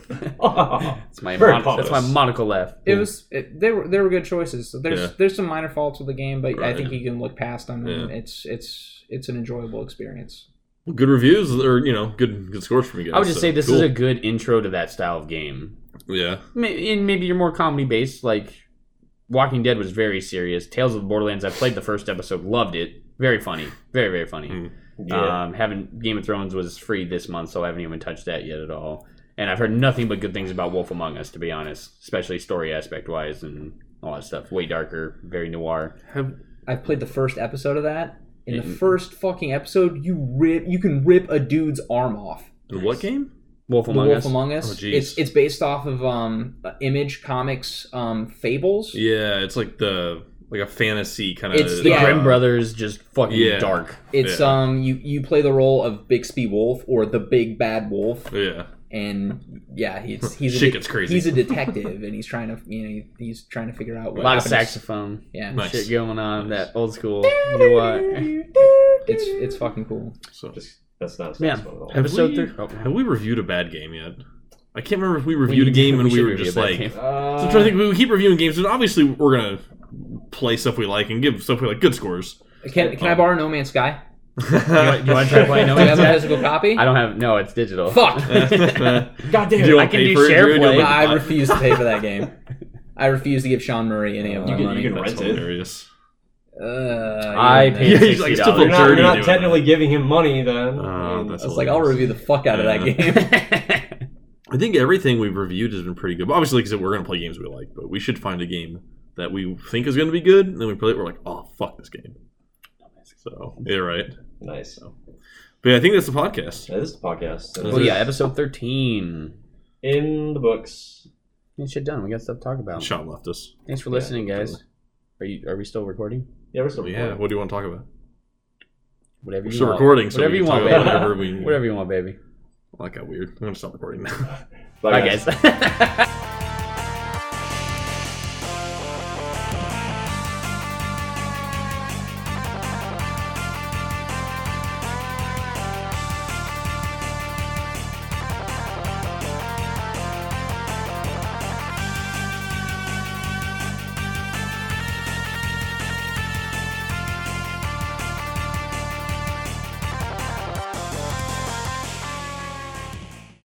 A: it's my
D: Very
A: mon- that's my
D: pompous.
A: monocle left.
C: it was it, they were they were good choices. So there's
E: Yeah.
C: there's some minor faults with the game, but I
E: Right.
C: think you can look past them. And It's it's it's an enjoyable experience.
E: Good reviews or you know good good scores from you guys.
A: I would just
E: so
A: say this
E: cool.
A: is a good intro to that style of game.
E: yeah.
A: May- And maybe you're more comedy based. Like Walking Dead was very serious. Tales of the Borderlands. I played the first episode, loved it. Very funny, very very funny.
E: Mm.
D: yeah.
A: Um, having Game of Thrones was free this month, so I haven't even touched that yet at all. And I've heard nothing but good things about Wolf Among Us, to be honest, especially story aspect wise and all that stuff. Way darker, very noir.
E: Have,
C: I played the first episode of that. In the
A: Mhm.
C: first fucking episode, you rip you can rip a dude's arm off.
E: in what game?
A: Wolf Among
C: the Wolf
A: Us.
C: Among Us.
E: Oh, jeez.
C: it's it's based off of um, Image Comics um, Fables.
E: Yeah, it's like the like a fantasy kind of.
C: It's-
A: the
C: yeah.
A: Grimm brothers just fucking
E: Yeah.
A: dark.
C: It's
E: Yeah.
C: um you you play the role of Bixby Wolf or the big bad wolf
E: Yeah.
C: and yeah he's he's a
E: Shit
C: de-
E: gets crazy.
C: he's a detective and he's trying to you know he's trying to figure out
A: A
C: what
A: lot of
C: happens.
A: saxophone.
C: yeah
E: Nice.
A: shit going on.
E: Nice.
A: That old school. noir.
C: it's it's fucking cool
E: So
D: Just, that's not
A: Yeah.
D: satisfying at all.
E: Have
A: Episode
E: we-
A: three. Oh,
E: have we reviewed a bad game yet? I can't remember if we reviewed a game and we,
A: should
E: were
A: review
E: just
A: that
E: like.
A: game.
E: So I'm trying to think. We keep reviewing games, and obviously we're gonna play stuff we like and give stuff we like good scores.
C: can can I borrow No Man's Sky
A: you want, you want to try playing? No,
C: do you have a
A: I
C: physical copy
A: don't have. No, it's digital.
C: fuck
E: God damn
A: I can do SharePoint.
C: I refuse to pay for that game I refuse to give Sean Murray any of
E: Uh,
D: You
C: my
D: can-
C: money.
D: you can
E: That's
D: rent it.
E: hilarious.
C: Uh,
A: I
C: yeah,
A: paid
E: Yeah,
C: man.
E: he's like,
A: sixty
E: it's still
D: You're
A: dollars.
E: a-
D: not, you're
E: Dirty
D: not
E: doing
D: technically giving him money then.
E: Oh, that's
C: I was like, I'll
E: hilarious.
C: review the fuck out of that game.
E: I think everything we've reviewed has been pretty good. But obviously, because we're going to play games we like, but we should find a game that we think is going to be good, and then we play it. We're like, oh fuck this game. So you're right.
D: nice.
E: But yeah, I think that's the podcast.
D: That is the podcast.
A: oh yeah, episode thirteen.
D: In the books.
A: Get shit done. We got stuff to talk about.
E: Sean left us.
A: Thanks for
D: Yeah,
A: listening, guys. Are you? Are we still recording?
D: Yeah, we're still
E: Oh, Yeah.
D: recording.
E: What do you want to talk about?
A: Whatever.
E: We're
A: you
E: still
A: want.
E: recording, so
A: Whatever
E: we
A: you
E: can
A: want,
E: talk
A: baby.
E: about
D: baby.
E: whatever we.
A: Whatever you want, baby.
E: Well, that got weird. I'm going to stop recording now.
D: Bye,
A: Bye,
D: guys.
A: guys.